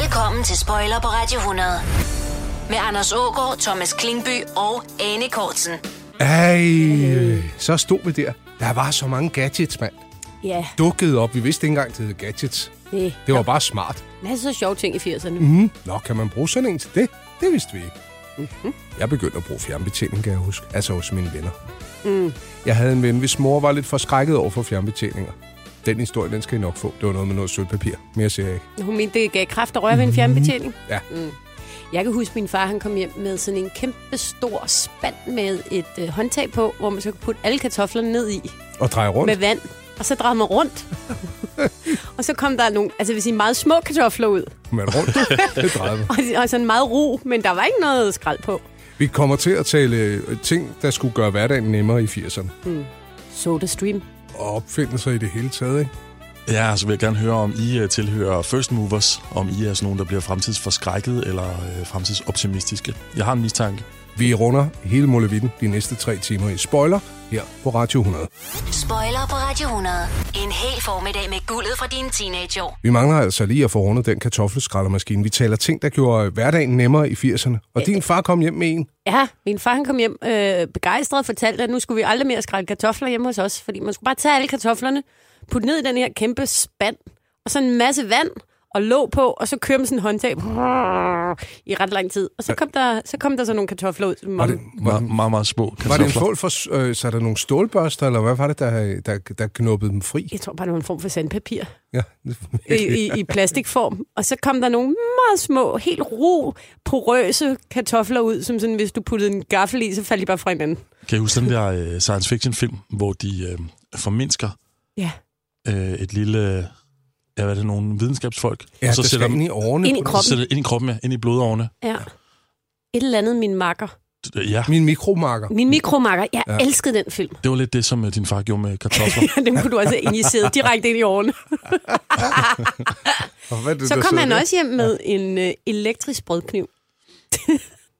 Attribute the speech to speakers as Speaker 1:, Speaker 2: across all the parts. Speaker 1: Velkommen til Spoiler på Radio 100. Med Anders Ågaard, Thomas Klingby og Anne Kortsen.
Speaker 2: Ej, så stod vi der. Der var så mange gadgets, mand.
Speaker 3: Ja,
Speaker 2: Dukkede op. Vi vidste ikke engang, det hed gadgets.
Speaker 3: det
Speaker 2: Det var bare smart.
Speaker 3: er masser af sjove ting i 80'erne.
Speaker 2: Mm. Nå, kan man bruge sådan en til det? Det vidste vi ikke. Jeg begyndte at bruge fjernbetjening, kan jeg huske. Altså hos mine venner. Jeg havde en ven, hvis mor var lidt forskrækket over for fjernbetjeninger. Den historie, den skal I nok få. Det var noget med noget sølvpapir. Mere siger jeg ikke.
Speaker 3: Hun mente, det gav kraft at røre ved en fjernbetjening.
Speaker 2: Ja.
Speaker 3: Jeg kan huske, min far han kom hjem med sådan en kæmpe stor spand med et øh, håndtag på, hvor man så kunne putte alle kartoflerne ned i
Speaker 2: Og dreje rundt.
Speaker 3: med vand. Og så drejede man rundt. og så kom der nogle, altså hvis sige, meget små kartofler ud.
Speaker 2: Men rundt. det drejede man.
Speaker 3: Og, og sådan meget ro, men der var ikke noget skrald på.
Speaker 2: Vi kommer til at tale øh, ting, der skulle gøre hverdagen nemmere i 80'erne.
Speaker 3: Soda Stream.
Speaker 2: Og opfindelser i det hele taget, ikke?
Speaker 4: Ja, så vil jeg gerne høre, om I øh, tilhører first movers, om I er sådan nogen, der bliver fremtidsforskrækket eller øh, fremtidsoptimistiske. Jeg har en mistanke.
Speaker 2: Vi runder hele Molevitten de næste tre timer i spoiler her på Radio 100.
Speaker 1: Spoiler på Radio 100. En hel formiddag med guldet fra dine teenageår.
Speaker 2: Vi mangler altså lige at få rundet den kartoffelskraldermaskine. Vi taler ting, der gjorde hverdagen nemmere i 80'erne. Og din far kom hjem med en.
Speaker 3: Ja, min far han kom hjem øh, begejstret og fortalte, at nu skulle vi aldrig mere skrælle kartofler hjemme hos os, fordi man skulle bare tage alle kartoflerne, putte ned i den her kæmpe spand, og så en masse vand og låg på, og så kører man sådan en håndtag i ret lang tid. Og så kom der så, kom der så nogle kartofler ud. Som
Speaker 2: Var det, var,
Speaker 4: Me- meget, meget små
Speaker 2: var det en
Speaker 4: kartofler.
Speaker 2: fål for, øh, så er der nogle stålbørster, eller hvad var det, der, der, der knuppede dem fri?
Speaker 3: Jeg tror bare, det var en form for sandpapir
Speaker 2: Ja.
Speaker 3: i, i, i plastikform. Og så kom der nogle meget små, helt ro, porøse kartofler ud, som sådan, hvis du puttede en gaffel i, så faldt de bare fra hinanden.
Speaker 4: Kan I huske den der øh, science fiction film, hvor de øh, formindsker
Speaker 3: Ja.
Speaker 4: øh, et lille... Øh, ja, hvad er det? Nogle videnskabsfolk?
Speaker 2: ja,
Speaker 4: og så
Speaker 2: der
Speaker 4: sætter,
Speaker 2: skal ind
Speaker 4: dem,
Speaker 2: i årene.
Speaker 3: Ind i
Speaker 2: på den-
Speaker 3: kroppen.
Speaker 4: så sætter ind i kroppen, ja, ind i blodårene.
Speaker 3: ja. Et eller andet, min makker.
Speaker 4: Ja,
Speaker 2: Min mikromarker.
Speaker 3: Min mikromakker, jeg ja. elskede den film.
Speaker 4: det var lidt det, som øh, din far gjorde med kartofler.
Speaker 3: Den kunne du altså injicere direkte ind i årene.
Speaker 2: Og hvad er det,
Speaker 3: Så
Speaker 2: der
Speaker 3: kom
Speaker 2: sidder
Speaker 3: han
Speaker 2: der?
Speaker 3: også hjem med en øh, elektrisk brødkniv.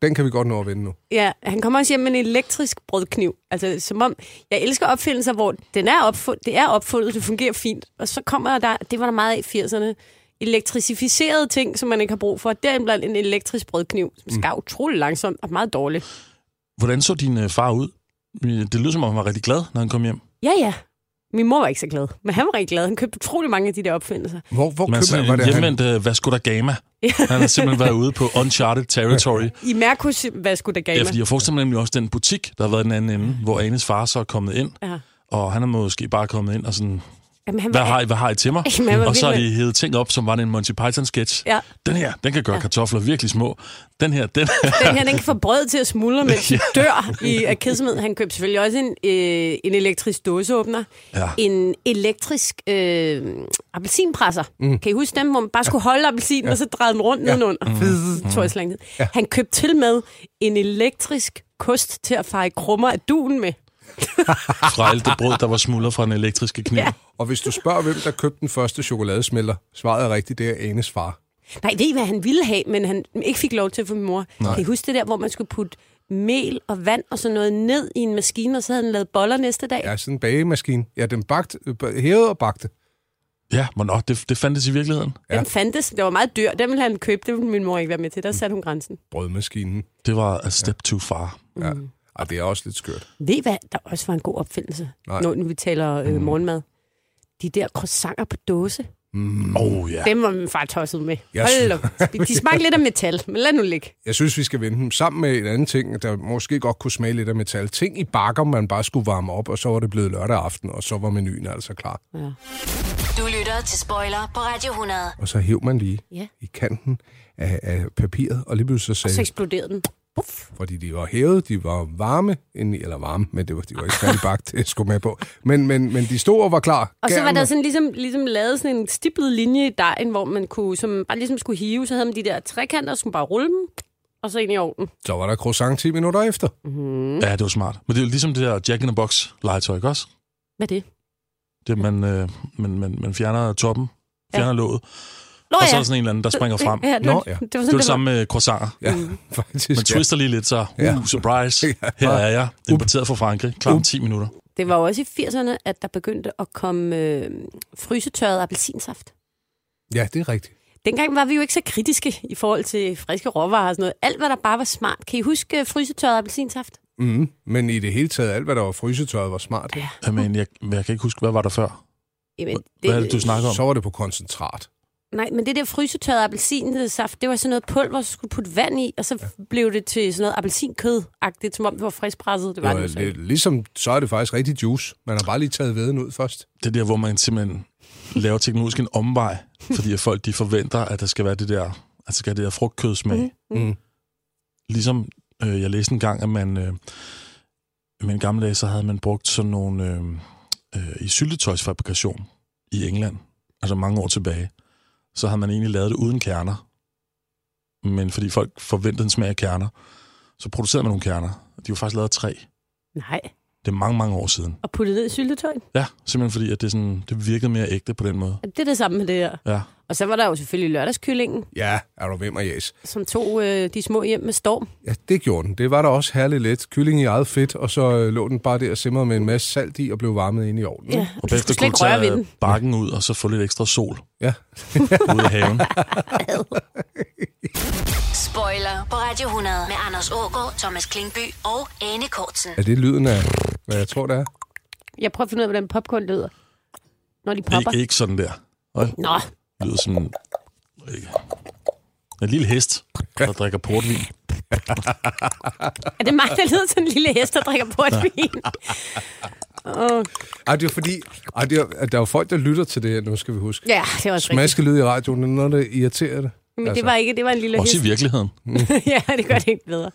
Speaker 2: Den kan vi godt nå at vende nu.
Speaker 3: Ja, han kom også hjem med en elektrisk brødkniv. Altså, som om, jeg elsker opfindelser, hvor den er opfundet, det er opfundet, det fungerer fint. Og så kommer der, det var der meget af i 80'erne, elektrificerede ting, som man ikke har brug for. Deriblandt en elektrisk brødkniv, som skar utrolig langsomt og meget dårligt.
Speaker 4: Hvordan så din øh, far ud? Det lyder, som om han var rigtig glad, når han kom hjem.
Speaker 3: Ja, ja. Min mor var ikke så glad, men han var rigtig glad. Han købte utrolig mange af de der opfindelser.
Speaker 2: Hvor, hvor
Speaker 4: Man er
Speaker 2: køber, var
Speaker 4: sådan en
Speaker 2: det, han,
Speaker 4: hjemvendt øh, Vasco da Gama. Han har simpelthen været ude på uncharted territory.
Speaker 3: I Merkus, hvad skulle der
Speaker 4: Ja,
Speaker 3: gale?
Speaker 4: fordi jeg forestiller mig nemlig også den butik, der har været i den anden ende,
Speaker 3: Mm.
Speaker 4: hvor Anes far så er kommet ind.
Speaker 3: Ja.
Speaker 4: Og han er måske bare kommet ind og sådan,
Speaker 3: Jamen, han
Speaker 4: hvad
Speaker 3: var-
Speaker 4: har I, hvad har I til mig?
Speaker 3: Jamen, han var
Speaker 4: og så har de
Speaker 3: virkelig-
Speaker 4: hævet ting op, som var en Monty Python-sketch.
Speaker 3: Ja.
Speaker 4: Den her, den kan gøre kartofler virkelig små. Den her, den
Speaker 3: Den her, den kan få brød til at smuldre, mens den dør i, af kedsomhed. Han købte selvfølgelig også en, øh, en elektrisk dåseåbner.
Speaker 4: Ja.
Speaker 3: En elektrisk øh, appelsinpresser. Mm. Kan I huske dem, hvor man bare skulle holde appelsinen, ja. og så drejede den rundt ja. nedenunder? Mm. Tror jeg slet ikke. Ja. Han købte til med en elektrisk kost til at feje krummer af duen med.
Speaker 4: fra alt det brød, der var smuldret fra den elektriske kniv.
Speaker 3: Ja.
Speaker 2: og hvis du spørger, hvem der købte den første chokoladesmelter, svaret er rigtigt, det er Anes far.
Speaker 3: Nej, ved I, hvad han ville have, men han ikke fik lov til for min mor? Nej. Kan I huske det der, hvor man skulle putte mel og vand og sådan noget ned i en maskine, og så havde han lavet boller næste dag?
Speaker 2: Ja, sådan en bagemaskine. Ja, den bagte, hævede og bagte.
Speaker 4: Ja, men nå, det, det fandtes i virkeligheden.
Speaker 3: Den fandtes. Det var meget dyr. Den ville han købe. Det ville min mor ikke være med til.
Speaker 2: Mm.
Speaker 3: Der satte hun grænsen.
Speaker 2: Brødmaskinen.
Speaker 4: Det var a step too far.
Speaker 2: Ja.
Speaker 3: Mm.
Speaker 2: Og det er også lidt skørt.
Speaker 3: Ved I hvad? Der også var en god opfindelse,
Speaker 2: Nej. Mm.
Speaker 3: når nu vi taler øh, morgenmad. De der croissanter på dåse,
Speaker 4: Åh, oh, ja.
Speaker 3: dem var min far tosset med.
Speaker 2: Jeg
Speaker 3: Hold
Speaker 2: synes-
Speaker 3: op. De smagte lidt af metal, men lad nu ligge.
Speaker 2: Jeg synes, vi skal vende dem sammen med en anden ting, der måske godt kunne smage lidt af metal. Ting i bakker, man bare skulle varme op, og så var det blevet lørdag aften, og så var menuen altså klar.
Speaker 1: Du lytter til Spoiler på Radio 100.
Speaker 2: Og så hæv man lige
Speaker 3: Ja.
Speaker 2: i kanten af, af papiret, og lige pludselig så
Speaker 3: Så
Speaker 2: sagde
Speaker 3: eksploderede den. Puff.
Speaker 2: fordi de var hævet, de var varme, indeni, eller varme, men det var, de var ikke færdig bagt, det skulle med på. Men, men, men de stod og var klar.
Speaker 3: Og så var
Speaker 2: Gerne-
Speaker 3: der sådan ligesom, ligesom lavet sådan en stiplet linje i dejen, hvor man kunne, som bare ligesom skulle hive. Så havde man de der trekanter, skulle bare rulle dem, og så ind i ovnen.
Speaker 2: så var der croissant 10 minutter efter. Mhm.
Speaker 4: Ja, det var smart. Men det er jo ligesom det der Jack in the Box legetøj, ikke også?
Speaker 3: Hvad er det?
Speaker 4: Det, man, øh, man, man, man fjerner toppen, fjerner ja. låget,
Speaker 3: Nå,
Speaker 4: og så er der sådan en eller anden, der springer frem.
Speaker 3: Ja, det, var,
Speaker 2: Nå,
Speaker 3: Nå,
Speaker 2: ja.
Speaker 3: ja. det var
Speaker 4: Det er
Speaker 3: sådan,
Speaker 4: det samme med croissanter.
Speaker 2: Ja, mm. faktisk.
Speaker 4: Man
Speaker 2: ja.
Speaker 4: twister lige lidt, så uh,
Speaker 2: Ja.
Speaker 4: surprise,
Speaker 2: Ja.
Speaker 4: her er jeg, importeret fra Frankrig, klar om 10 minutter.
Speaker 3: Det var jo også i 80'erne, at der begyndte at komme øh, frysetørret appelsinsaft.
Speaker 2: ja, det er rigtigt.
Speaker 3: Dengang var vi jo ikke så kritiske i forhold til friske råvarer og sådan noget. Alt, hvad der bare var smart. Kan I huske øh, frysetørret appelsinsaft?
Speaker 2: Mm, men i det hele taget, alt hvad der var frysetøjet var smart. Ja.
Speaker 4: Jamen, jeg, jeg kan ikke huske, hvad var der før?
Speaker 3: Jamen,
Speaker 4: Hvad er det, du snakker om?
Speaker 2: Så var det på koncentrat.
Speaker 3: Nej, men det der frysetørrede appelsinsaft, det var sådan noget pulver, som skulle putte vand i, og så ja. blev det til sådan noget appelsinkød-agtigt, som om det var friskpresset. Det var det,
Speaker 2: Det var
Speaker 3: jo så
Speaker 2: lidt,
Speaker 3: ikke.
Speaker 2: ligesom, så er det faktisk rigtig juice. Man har bare lige taget væden ud først.
Speaker 4: Det der, hvor man simpelthen laver teknologisk en omvej, fordi at folk de forventer, at der skal være det der, at der skal være det der frugtkødsmag.
Speaker 2: Mm. Mm.
Speaker 4: Ligesom øh, jeg læste en gang, at man øh, men i gamle dage, så havde man brugt sådan nogle øh, øh, i syltetøjsfabrikation i England, altså mange år tilbage, så havde man egentlig lavet det uden kerner. Men fordi folk forventede en smag af kerner, så producerede man nogle kerner. De var faktisk lavet af træ.
Speaker 3: Nej,
Speaker 4: Det er mange, mange år siden.
Speaker 3: og puttet ned i syltetøjen.
Speaker 4: Ja, simpelthen fordi, at det, sådan, det virkede mere ægte på den måde.
Speaker 3: Det er det samme med det her.
Speaker 4: Ja.
Speaker 3: Og så var der jo selvfølgelig lørdagskyllingen,
Speaker 2: Ja, er du ved mig, Jes?
Speaker 3: som tog øh, de små hjem med storm.
Speaker 2: Ja, det gjorde den. Det var da også herligt let. Kylling i eget fedt, og så øh, lå den bare der og simrede med en masse salt i og blev varmet ind i ovnen.
Speaker 3: Ja, og du skulle slet
Speaker 4: kunne
Speaker 3: ikke
Speaker 4: du
Speaker 3: røre ved
Speaker 4: tage
Speaker 3: den.
Speaker 4: bakken ud, og så få lidt ekstra sol
Speaker 2: ja.
Speaker 4: ude i haven.
Speaker 1: Spoiler på Radio 100 med Anders Ågaard, Thomas Klingby og Anne Kortsen.
Speaker 2: Er det lyden af, hvad jeg tror, det er?
Speaker 3: Jeg prøver at finde ud af, hvordan popcorn lyder, når de popper.
Speaker 4: Ikke, ikke sådan der. Oj,
Speaker 3: Nå,
Speaker 4: det lyder som en, en lille hest, der drikker portvin.
Speaker 3: er det mig, der lyder som en lille hest, der drikker portvin? Åh,
Speaker 2: Ej, det er fordi, ej, det er, der er jo folk, der lytter til det her, nu skal vi huske.
Speaker 3: ja, det var også rigtigt.
Speaker 2: Smaske lyd i radioen, det er noget, der irriterer det. Altså,
Speaker 3: Men det var ikke, det var en lille hest.
Speaker 4: Også i virkeligheden.
Speaker 3: ja, det gør det ikke bedre.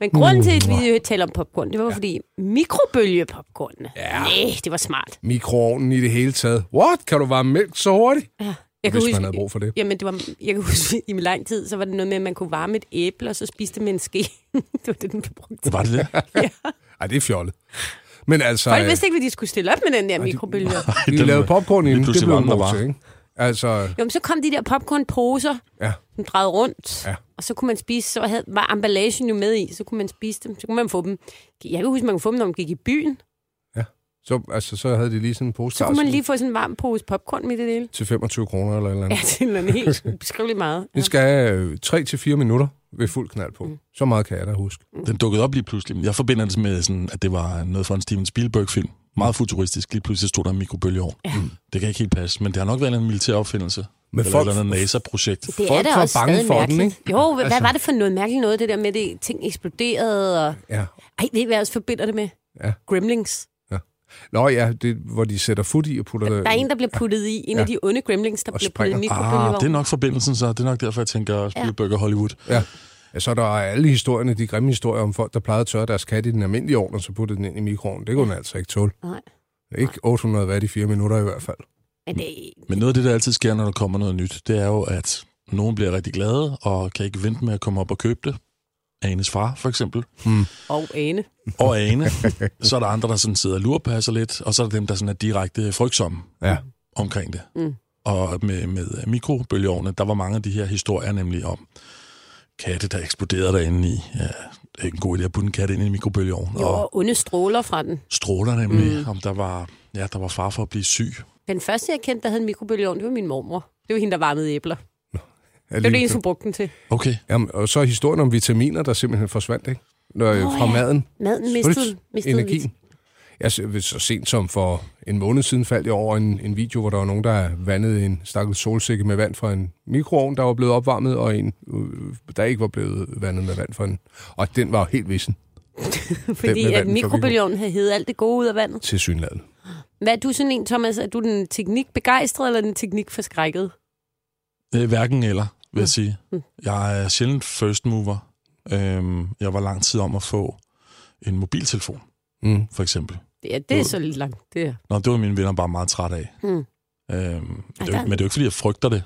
Speaker 3: Men grunden til, at
Speaker 2: Uh,
Speaker 3: vi taler om popcorn, det var ja. fordi mikrobølgepopcornene. Ja. Nej, det var smart.
Speaker 2: Mikroovnen i det hele taget. What? Kan du varme mælk så hurtigt?
Speaker 3: Ja.
Speaker 2: Hvis man havde brug for det.
Speaker 3: Jamen, det var, jeg kan huske, i min lang tid, så var det noget med, at man kunne varme et æble, og så spiste det med en ske. det var det, den blev brugt til.
Speaker 4: Var det det?
Speaker 2: Ej, det er fjollet. Men altså...
Speaker 3: Folk
Speaker 2: øh,
Speaker 3: vidste ikke, hvad de skulle stille op med den der mikrobølge.
Speaker 2: Vi
Speaker 4: Den- øh,
Speaker 2: lavede popcorn i
Speaker 4: lige
Speaker 2: den, det
Speaker 4: pludselig
Speaker 2: blev
Speaker 4: var
Speaker 2: en
Speaker 4: den der
Speaker 2: god
Speaker 4: bare.
Speaker 2: til, ikke? Altså,
Speaker 3: Jo, men så kom de der popcornposer,
Speaker 2: ja.
Speaker 3: som drejede rundt,
Speaker 2: Ja.
Speaker 3: ja. og så kunne man spise, så havde, var emballagen jo med i, så kunne man spise dem, så kunne man få dem. Jeg kan huske, man kunne få dem, når man gik i byen.
Speaker 2: Så, altså, så havde de lige sådan en pose
Speaker 3: Så kunne man
Speaker 2: Carlsen
Speaker 3: lige få sådan en varm pose popcorn midt i det hele.
Speaker 2: til 25 kroner eller et eller andet.
Speaker 3: Ja, det er noget helt ubeskriveligt meget.
Speaker 2: Det skal øh, have 3-4 minutter ved fuld knald på. Mm. Så meget kan jeg da huske.
Speaker 4: Den dukkede op lige pludselig. Jeg forbinder det med, sådan, at det var noget fra en Steven Spielberg-film. Meget futuristisk. Lige pludselig stod der en mikrobølgeovn. Ja. Mm. Det kan ikke helt passe, men det har nok været en eller anden militær opfindelse.
Speaker 2: Men
Speaker 4: eller
Speaker 2: folk-
Speaker 4: et eller andet NASA-projekt.
Speaker 3: Det
Speaker 2: Folk
Speaker 3: er da
Speaker 2: var
Speaker 3: også
Speaker 2: bange
Speaker 3: stadig
Speaker 2: for den,
Speaker 3: mærkeligt.
Speaker 2: ikke?
Speaker 3: Jo, hvad,
Speaker 2: Altså.
Speaker 3: altså. var det for noget mærkeligt noget, det der med, at ting eksploderede? Og...
Speaker 2: Ja.
Speaker 3: Ej, ved I, hvad jeg også forbinder det med?
Speaker 2: Ja.
Speaker 3: Gremlings.
Speaker 2: Nå ja, det, hvor de sætter fod i og putter...
Speaker 3: Der er en, der bliver puttet i. En
Speaker 2: Ja.
Speaker 3: af de onde gremlings, der bliver puttet
Speaker 2: springer.
Speaker 3: i
Speaker 4: Ah, det er
Speaker 3: mikrobølgeovnen.
Speaker 4: nok forbindelsen så. Det er nok derfor, jeg tænker Spielberg og Hollywood.
Speaker 2: Ja. ja. så er der alle historierne, de grimme historier om folk, der plejede at tørre deres kat i den almindelige ovn, og så puttede den ind i mikroovnen. Det kunne den altså ikke tåle.
Speaker 3: Nej.
Speaker 2: Ikke 800 watt i 4 minutter i hvert fald.
Speaker 3: Men det,
Speaker 4: Men noget af det, der altid sker, når der kommer noget nyt, det er jo, at nogen bliver rigtig glade og kan ikke vente med at komme op og købe det. Anes far, for eksempel.
Speaker 3: og ane.
Speaker 4: Og Ane. så er der andre, der sådan sidder og lurpasser lidt, og så er der dem, der sådan er direkte frygtsomme
Speaker 2: Ja.
Speaker 4: omkring det. Mm. Og med, med mikrobølgeovne, der var mange af de her historier nemlig om katte, der eksploderede derinde i. Ja, det er ikke en god idé at putte en kat ind i en mikrobølgeovn.
Speaker 3: Jo,
Speaker 4: Og
Speaker 3: og onde stråler fra den.
Speaker 4: stråler nemlig, mm. om der var, ja, der var far for at blive syg.
Speaker 3: Den første, jeg kendte, der havde en mikrobølgeovn, det var min mormor. Det var hende, der varmede æbler. Det var det eneste, hun brugte den til.
Speaker 4: Okay,
Speaker 2: Jamen, og så er historien om vitaminer, der simpelthen forsvandt, ikke? Når, oh, fra
Speaker 3: ja.
Speaker 2: maden.
Speaker 3: Maden mistede,
Speaker 2: Slut.
Speaker 3: mistede
Speaker 2: Energien. Jeg så, så sent som for en måned siden faldt jeg over en, en video, hvor der var nogen, der vandede en stakkels solsikke med vand fra en mikroovn, der var blevet opvarmet, og en, øh, der ikke var blevet vandet med vand fra en. Og den var jo helt vissen
Speaker 3: vidt,
Speaker 2: Den med
Speaker 3: Fordi at
Speaker 2: vandet fra
Speaker 3: mikrobølgeovnen havde hævet alt det gode ud af vandet.
Speaker 2: til synladen.
Speaker 3: Hvad er du sådan en, Thomas? Er du den teknikbegejstret, eller den teknikforskrækket?
Speaker 4: Øh, hverken eller, vil jeg sige. Jeg er sjældent first mover. Øhm, jeg var lang tid om at få en mobiltelefon,
Speaker 2: Mm.
Speaker 4: for eksempel.
Speaker 3: Ja, det er så lidt langt. Det er.
Speaker 4: Nå, det var mine venner bare meget trætte af.
Speaker 3: Mm.
Speaker 4: Øhm, det,
Speaker 3: der-
Speaker 4: er jo- men det er jo ikke, fordi jeg frygter det.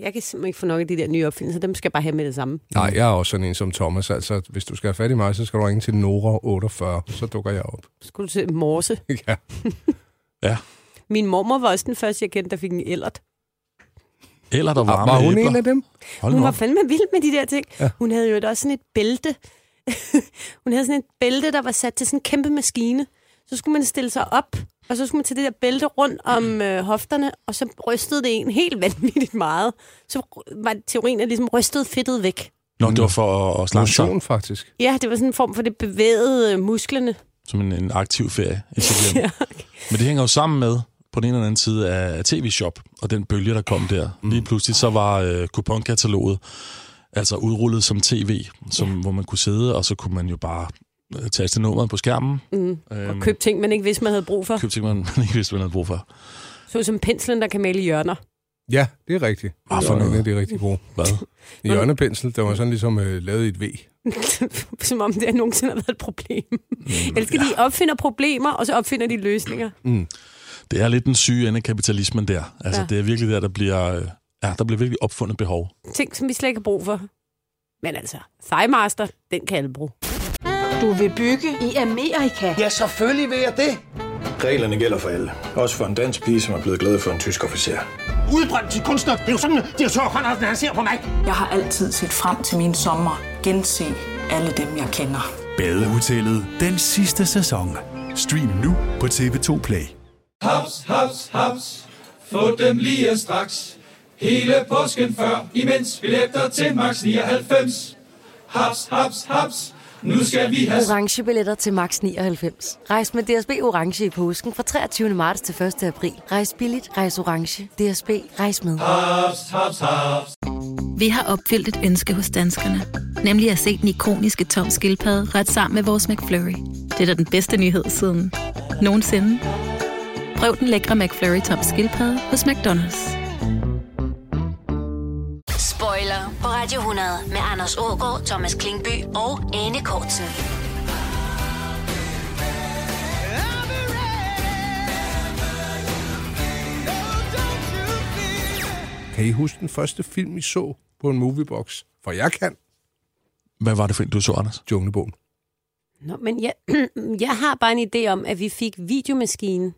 Speaker 3: Jeg kan simpelthen ikke få nok af de der nye opfindelser. Dem skal jeg bare have med det samme.
Speaker 2: Nej, jeg er også sådan en som Thomas. Altså, hvis du skal have fat i mig, så skal du ringe til Nora 48, så dukker jeg op.
Speaker 3: Så skulle du til morse.
Speaker 2: ja.
Speaker 4: Ja.
Speaker 3: Min mormor var også den første, jeg kendte, der fik en ældert.
Speaker 4: Eller der varme
Speaker 2: Ah, Var hun
Speaker 4: æbler.
Speaker 2: en af dem?
Speaker 4: Hold nu
Speaker 3: Hun var
Speaker 4: op.
Speaker 3: fandme vild med de der ting. Ja. Hun havde jo også sådan et bælte. hun havde sådan et bælte, der var sat til sådan en kæmpe maskine. Så skulle man stille sig op Og så skulle man tage det der bælte rundt om øh, hofterne, og så rystede det en helt vanvittigt meget. Så ry- var teorien, at ligesom rystede fedtet væk.
Speaker 4: Nå, det var for at, at slange sig,
Speaker 2: Motion, faktisk.
Speaker 3: Ja, det var sådan en form for det bevægede øh, musklerne.
Speaker 4: som en, en aktiv ferie. Ikke så glemt.
Speaker 3: Ja.
Speaker 4: Men det hænger jo sammen med, på den ene eller anden side af TV-shop, og den bølge, der kom der. Lige pludselig så var øh, kuponkataloget altså udrullet som tv, som, hvor man kunne sidde, og så kunne man jo bare øh, taste nummeret på skærmen. Mm. Øhm,
Speaker 3: Og købe ting, man ikke vidste, man havde brug for.
Speaker 4: købe ting, man, man ikke vidste, man havde brug for.
Speaker 3: Så som penslen, der kan male hjørner.
Speaker 2: Ja, det er rigtigt.
Speaker 4: Hvad for
Speaker 2: Det var en
Speaker 4: noget?
Speaker 2: af de rigtig gode.
Speaker 4: Hvad?
Speaker 2: I hjørnepensel, der var sådan ligesom øh, lavet i et V.
Speaker 3: som om det nogensinde har været et problem. Mm, Elsker, ja. de opfinder problemer, og så opfinder de løsninger.
Speaker 4: Det er lidt den syge ende af kapitalismen der. Altså,
Speaker 3: Ja.
Speaker 4: ja. det er virkelig der, der bliver, øh, ja, der bliver virkelig opfundet behov.
Speaker 3: Ting, som vi slet ikke har brug for. Men altså, Thighmaster, den kan alle bruge.
Speaker 5: Du vil bygge i Amerika?
Speaker 6: Ja, selvfølgelig vil jeg det.
Speaker 7: Reglerne gælder for alle. Også for en dansk pige, som er blevet glad for en tysk officer.
Speaker 6: Udbrændt til kunstner. Det er jo sådan, at direktør Conradsen, han ser på mig.
Speaker 5: Jeg har altid set frem til min sommer. Gense alle dem, jeg kender.
Speaker 8: Badehotellet den sidste sæson. Stream nu på TV2 Play.
Speaker 9: Haps, haps, haps. Få dem lige straks. Hele påsken før, imens billetter til max 99. Haps, haps, haps. Nu skal vi have
Speaker 10: Orange billetter til max 99. Rejs med DSB Orange i påsken fra 23. marts til 1. april. Rejs billigt, rejs orange. DSB, rejs med.
Speaker 9: haps, haps, haps.
Speaker 11: Vi har opfyldt et ønske hos danskerne. Nemlig at se den ikoniske tom skildpadde ret sammen med vores McFlurry. Det er da den bedste nyhed siden nogensinde. Prøv den lækre McFlurry tom skildpadde hos McDonald's.
Speaker 1: Spoiler på Radio 100 med Anders Ågaard, Thomas Klingby og Anne Kortsen.
Speaker 2: Kan I huske den første film, I så på en moviebox? For jeg kan.
Speaker 4: Hvad var det for en, du så, Anders?
Speaker 2: Junglebogen.
Speaker 3: Nå, men jeg, jeg har bare en idé om, at vi fik videomaskinen,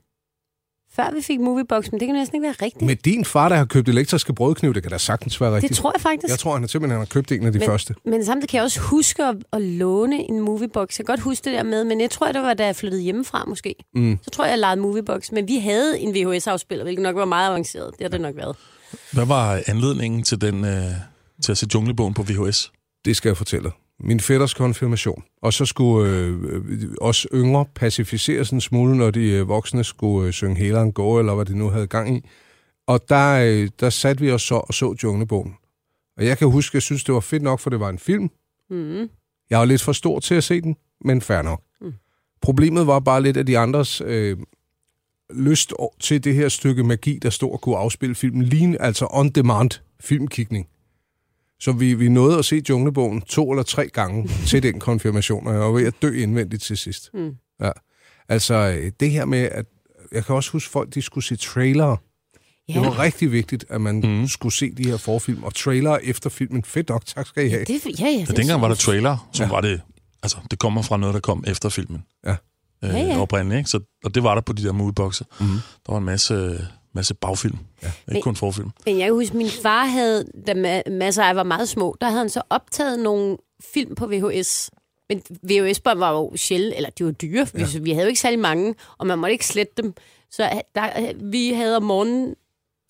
Speaker 3: før vi fik Moviebox, men det kan næsten ikke være rigtigt. Men,
Speaker 2: Med din far, der har købt elektriske brødkniv, det kan da sagtens være rigtigt.
Speaker 3: det tror jeg faktisk.
Speaker 2: jeg tror, han har simpelthen har købt en af de
Speaker 3: men,
Speaker 2: første.
Speaker 3: Men samtidig kan jeg også huske at, at låne en Moviebox. Jeg kan godt huske det der med, men jeg tror, det var, da jeg flyttede hjemmefra måske. Mm. Så tror jeg, jeg lejede Moviebox. Men vi havde en VHS-afspiller, hvilket nok var meget avanceret. Det har det nok været.
Speaker 4: Hvad var anledningen til, den, øh, til at se Junglebogen på VHS?
Speaker 2: Det skal jeg fortælle dig. Min fætters konfirmation. Og så skulle øh, øh, os yngre pacificeres en smule, når de øh, voksne skulle øh, synge Heleren gå, eller hvad de nu havde gang i. Og der, øh, der satte vi os så og så Junglebogen. Og jeg kan huske, at jeg synes, det var fedt nok, for det var en film.
Speaker 3: Mm.
Speaker 2: Jeg var lidt for stor til at se den, men fair nok. Mm. Problemet var bare lidt, at de andres øh, lyst o- til det her stykke magi, der stod og kunne afspille filmen, lige altså on-demand filmkikning. Så vi, vi nåede at se Junglebogen to eller tre gange til den konfirmation, og jeg var ved at dø indvendigt til sidst. Mm. Ja. Altså, øh, det her med, at jeg kan også huske, folk de skulle se trailere.
Speaker 3: Ja.
Speaker 2: Det var rigtig vigtigt, at man mm. skulle se de her forfilm, og trailere efter filmen. Fedt nok, tak skal I have.
Speaker 3: Det, ja, ja,
Speaker 4: Ja, dengang var der trailer, som ja. var det... Altså, det kommer fra noget, der kom efter filmen.
Speaker 2: Ja.
Speaker 4: Øh,
Speaker 3: Ja,
Speaker 4: ja,
Speaker 3: ja.
Speaker 4: ja. Oprindeligt, ikke? Så, og det var der på de der movieboxer. Mm. Der var en masse, masse bagfilm. Ja. Ikke kun forfilm.
Speaker 3: Men jeg kan huske, min far havde, da ma- masser af var meget små, der havde han så optaget nogle film på VHS. Men VHS-bånd var jo sjældent, eller de var dyre, ja. vi, vi havde jo ikke særlig mange, og man måtte ikke slette dem. Så øh, der, vi havde om morgenen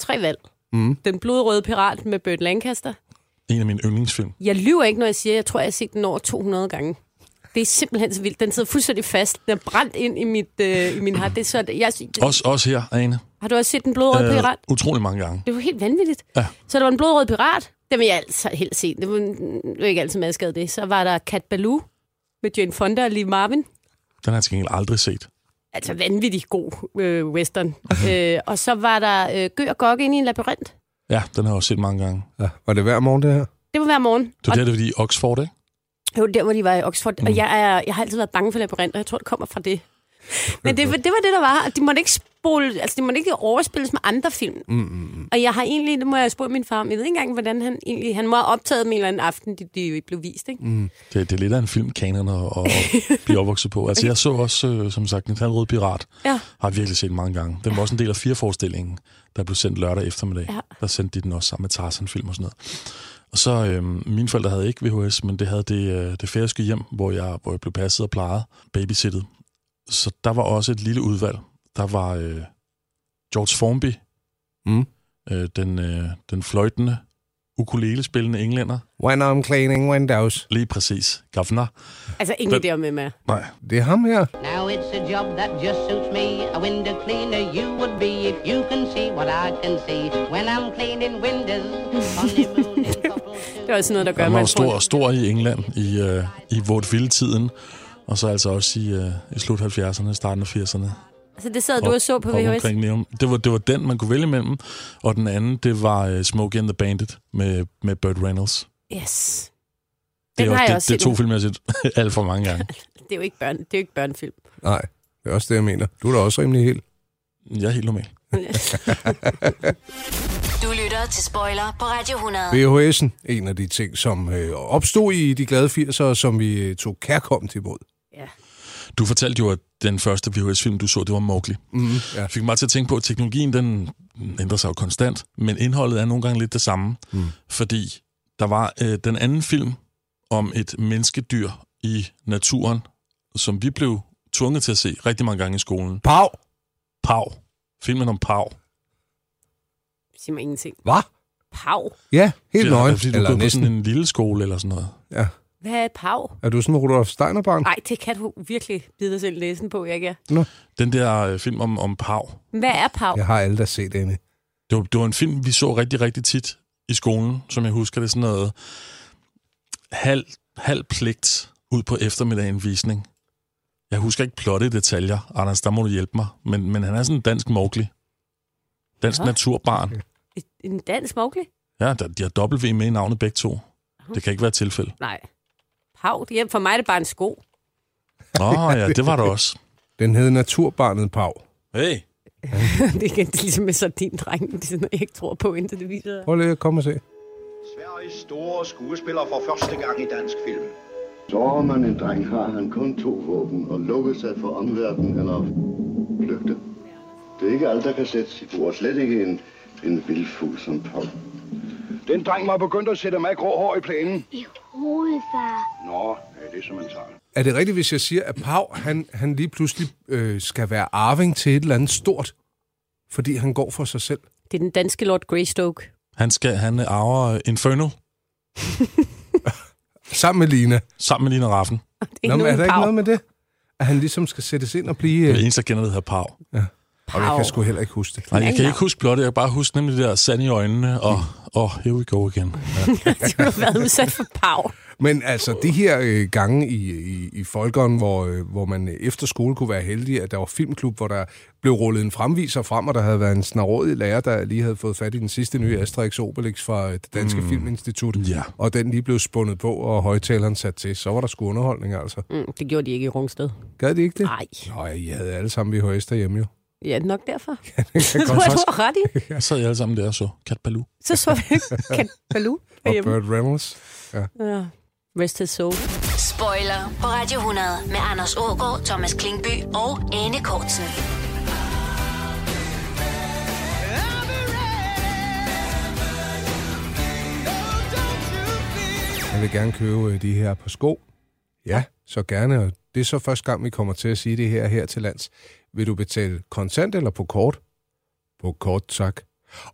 Speaker 3: tre valg. Mm. Den blodrøde pirat med Burt Lancaster.
Speaker 4: En af mine yndlingsfilm.
Speaker 3: Jeg lyver ikke, når jeg siger, at jeg tror, jeg har set den over 200 gange. Det er simpelthen så vildt. Den sidder fuldstændig fast. Den er brændt ind i, mit, øh, i min harddisk. Så jeg,
Speaker 4: Også, også her, Ane.
Speaker 3: har du også set den blodrøde øh. pirat?
Speaker 4: utrolig mange gange.
Speaker 3: Det var helt vanvittigt. Ja. Så der var en blodrød pirat. Den vil jeg altså helt se. Det var, det var ikke altid, man skade det. Så var der Cat Baloo med Jane Fonda og Lee Marvin.
Speaker 4: Den har jeg til gengæld aldrig set.
Speaker 3: Altså vanvittigt god øh, western. øh, og så var der øh, Gø og Gokke inde i en labyrint.
Speaker 4: Ja, den har jeg også set mange gange.
Speaker 2: Ja. Var det hver morgen, det her?
Speaker 3: Det var hver morgen.
Speaker 4: Det var der, det var i Oxford, ikke?
Speaker 3: Og, jo, der hvor de var i Oxford. Mm. Og jeg, er, jeg har altid været bange for labyrinter. Jeg tror, det kommer fra det. Men det, var- det var det, der var. Og De måtte ikke spole, altså, de måtte ikke overspilles med andre film. Mm, mm. Og jeg har egentlig, det må jeg spørge min far om, jeg ved ikke engang, hvordan han egentlig, han må have optaget dem en eller anden aften, de, de blev vist, ikke?
Speaker 4: Det, det er lidt af en filmkanon at, at blive opvokset på. Altså, jeg så også, øh, som sagt, Den Røde Pirat.
Speaker 3: Ja.
Speaker 4: Har jeg virkelig set mange gange. Den var også en del af fireforestillingen, der blev sendt lørdag eftermiddag.
Speaker 3: Ja.
Speaker 4: Der sendte de den også sammen med Tarzan-film og sådan noget. Og så, øh, mine forældre havde ikke VHS, men det havde det, øh, det færøske hjem, hvor jeg, hvor jeg blev passet og plejet, babysittet. Så der var også et lille udvalg. der var øh, George Formby,
Speaker 2: mm.
Speaker 4: øh, den, øh, den fløjtende, ukulelespillende englænder.
Speaker 2: When I'm cleaning windows.
Speaker 4: Lige præcis. Governor.
Speaker 3: Altså, ingen der med med.
Speaker 4: Nej.
Speaker 2: Det er ham her.
Speaker 12: Now it's a job that just suits me. A window cleaner you would be if you can see what I can see when I'm cleaning windows.
Speaker 3: Det er også noget, der gør
Speaker 4: Han var
Speaker 3: mig
Speaker 4: jo stor og stor i England i, øh, i vaudeville-tiden, og så altså også i, øh, i slut 70'erne, starten af 80'erne.
Speaker 3: Altså, det sad du og så på
Speaker 4: op
Speaker 3: VHS.
Speaker 4: omkring Neum. Det var, det var den, man kunne vælge imellem, og den anden, det var uh, Smoke and the Bandit med, med Burt Reynolds.
Speaker 3: Yes.
Speaker 4: Det
Speaker 3: Den
Speaker 4: er
Speaker 3: har jeg
Speaker 4: det,
Speaker 3: også
Speaker 4: det er
Speaker 3: set.
Speaker 4: to film, jeg har set alt for mange gange.
Speaker 3: Det er jo ikke, børn, det er jo ikke børnefilm.
Speaker 2: Nej, det er også det, jeg mener. Du er da også rimelig helt.
Speaker 4: Jeg er helt normal.
Speaker 1: Du lytter til Spoiler på Radio 100.
Speaker 2: VHS'en, en af de ting, som øh, opstod i de glade 80'ere, som vi øh, tog kærkomt imod.
Speaker 4: Du fortalte jo, at den første VHS-film, du så, det var Mowgli.
Speaker 2: Mm, ja.
Speaker 4: Fik mig til at tænke på, at teknologien den ændrer sig jo konstant, men indholdet er nogle gange lidt det samme,
Speaker 2: Mm.
Speaker 4: fordi der var øh, den anden film om et menneskedyr i naturen, som vi blev tvunget til at se rigtig mange gange i skolen.
Speaker 2: Pav!
Speaker 4: Pav. Filmen om Pav.
Speaker 3: Det siger mig ingenting.
Speaker 2: Hvad?
Speaker 3: Pav.
Speaker 2: Ja, helt
Speaker 4: Det er-
Speaker 2: nøgen.
Speaker 4: Fordi du
Speaker 2: Eller
Speaker 4: eller på
Speaker 2: næsten.
Speaker 4: sådan en lille skole eller sådan noget.
Speaker 2: Ja.
Speaker 3: Hvad er et pav?
Speaker 2: Er du sådan en Rudolf Steiner-barn?
Speaker 3: Nej, det kan du virkelig bide dig selv næsen på, jeg ikke er.
Speaker 4: Den der øh, film om, om Pav,
Speaker 3: Hvad er pav?
Speaker 2: Jeg har alle, der set det.
Speaker 4: det var, det var en film, vi så rigtig, rigtig tit i skolen, som jeg husker det, sådan noget halv, halv pligt ud på eftermiddagen visning. Jeg husker ikke plotte i detaljer, Anders, der må du hjælpe mig, men, men han er sådan en dansk Mowgli. Dansk
Speaker 3: Nå.
Speaker 4: ja. naturbarn.
Speaker 3: Et- En dansk mogli?
Speaker 4: Ja, der, de har dobbelt V med i navnet begge to. Det kan ikke være et tilfælde.
Speaker 3: Nej. Pav, det er, for mig er det bare en sko.
Speaker 4: Nå ja, det var der også.
Speaker 2: Den hed Naturbarnet Pav.
Speaker 4: Hey,
Speaker 3: det er igen- det er ligesom med sardindrengen, det er sådan noget, jeg ikke tror på, indtil det viser sig.
Speaker 2: Prøv lige at komme og se.
Speaker 13: Sveriges store skuespiller for første gang i dansk film. Sårer man en dreng, har han kun to våben og lukke sig for omverdenen eller flygte. Det er ikke alt, der kan sættes i bord. Slet ikke en, en vildfugl som Paul. Den dreng var begyndt at sætte mig grå hår i planen.
Speaker 14: I hovedet, far.
Speaker 13: Nå, ja, det er som en tager.
Speaker 2: Er det rigtigt, hvis jeg siger, at Pav, han, han lige pludselig øh, skal være arving til et eller andet stort, fordi han går for sig selv?
Speaker 3: Det er den danske Lord Greystoke.
Speaker 4: han, skal, han arver Inferno.
Speaker 2: Sammen med Lina.
Speaker 4: Sammen med Lina Raffen.
Speaker 3: Det er ikke
Speaker 2: Nå, men er
Speaker 3: nogen
Speaker 2: der
Speaker 3: Pav.
Speaker 2: ikke noget med det? At han ligesom skal sættes ind og blive...
Speaker 4: Det er
Speaker 2: Øh,
Speaker 4: det eneste, jeg kender, der hedder Pav.
Speaker 2: og jeg kan sgu heller ikke huske det.
Speaker 4: Nej, jeg kan ikke huske plottet, jeg kan bare huske nemlig det der sand i øjnene, og oh, here we go again. Ja.
Speaker 3: Du har været udsat for pav.
Speaker 2: Men altså, de her øh, gange i, i, i Folkeren, hvor, øh, hvor man øh, efter skole kunne være heldig, at der var filmklub, hvor der blev rullet en fremviser frem, og der havde været en snarådig lærer, der lige havde fået fat i den sidste nye Asterix Obelix fra øh, det Danske mm. Filminstitut,
Speaker 4: Ja.
Speaker 2: og den lige blev spundet på, og højtaleren sat til, så var der sgu underholdning, altså.
Speaker 3: Mm, det gjorde de ikke i Rungsted.
Speaker 2: Gad de ikke det?
Speaker 3: Nej.
Speaker 2: Nå, I havde alle sammen VHS derhjemme jo.
Speaker 3: Ja, det er nok derfor.
Speaker 2: kan
Speaker 3: det tror
Speaker 2: godt
Speaker 3: jeg, du
Speaker 2: passe.
Speaker 3: har ret i.
Speaker 4: Så sad jeg alle sammen der og så Kat Baloo.
Speaker 3: Så så vi Kat Baloo
Speaker 2: Og
Speaker 3: derhjemme.
Speaker 2: Burt Reynolds. Ja.
Speaker 3: Ja. Rest his soul.
Speaker 1: Spoiler på Radio 100 med Anders Ågaard, Thomas Klingby og Anne Kortsen.
Speaker 2: Jeg vil gerne købe øh, de her på sko. Ja, så gerne. Og det er så første gang, vi kommer til at sige det her her til lands. Vil du betale kontant eller på kort? På kort, tak.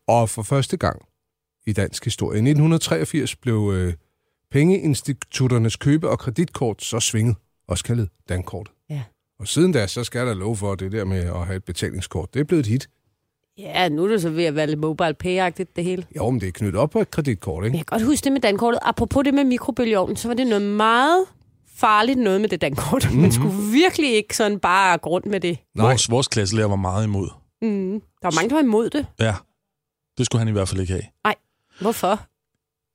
Speaker 2: Og for første gang i dansk historie, i 1983, blev øh, pengeinstitutternes købe- og kreditkort så svinget, også kaldet dankort.
Speaker 3: Ja.
Speaker 2: Og siden da, så skal jeg da love for, at det der med at have et betalingskort, det er blevet et hit.
Speaker 3: Ja, nu er det så ved at være lidt mobile pay-agtigt, det hele.
Speaker 2: Jo, men det er knyttet op på et kreditkort,
Speaker 3: Men
Speaker 2: ikke?
Speaker 3: jeg kan godt huske det med dankortet. Apropos det med mikrobølgeovnen, så var det noget meget farligt noget med det dankort. Mm-hmm. Man skulle virkelig ikke sådan bare gå rundt med det.
Speaker 4: Vores, vores klasselærer var meget imod.
Speaker 3: Mm. Der var mange, der var imod det.
Speaker 4: Ja, det skulle han i hvert fald ikke have.
Speaker 3: Hvorfor?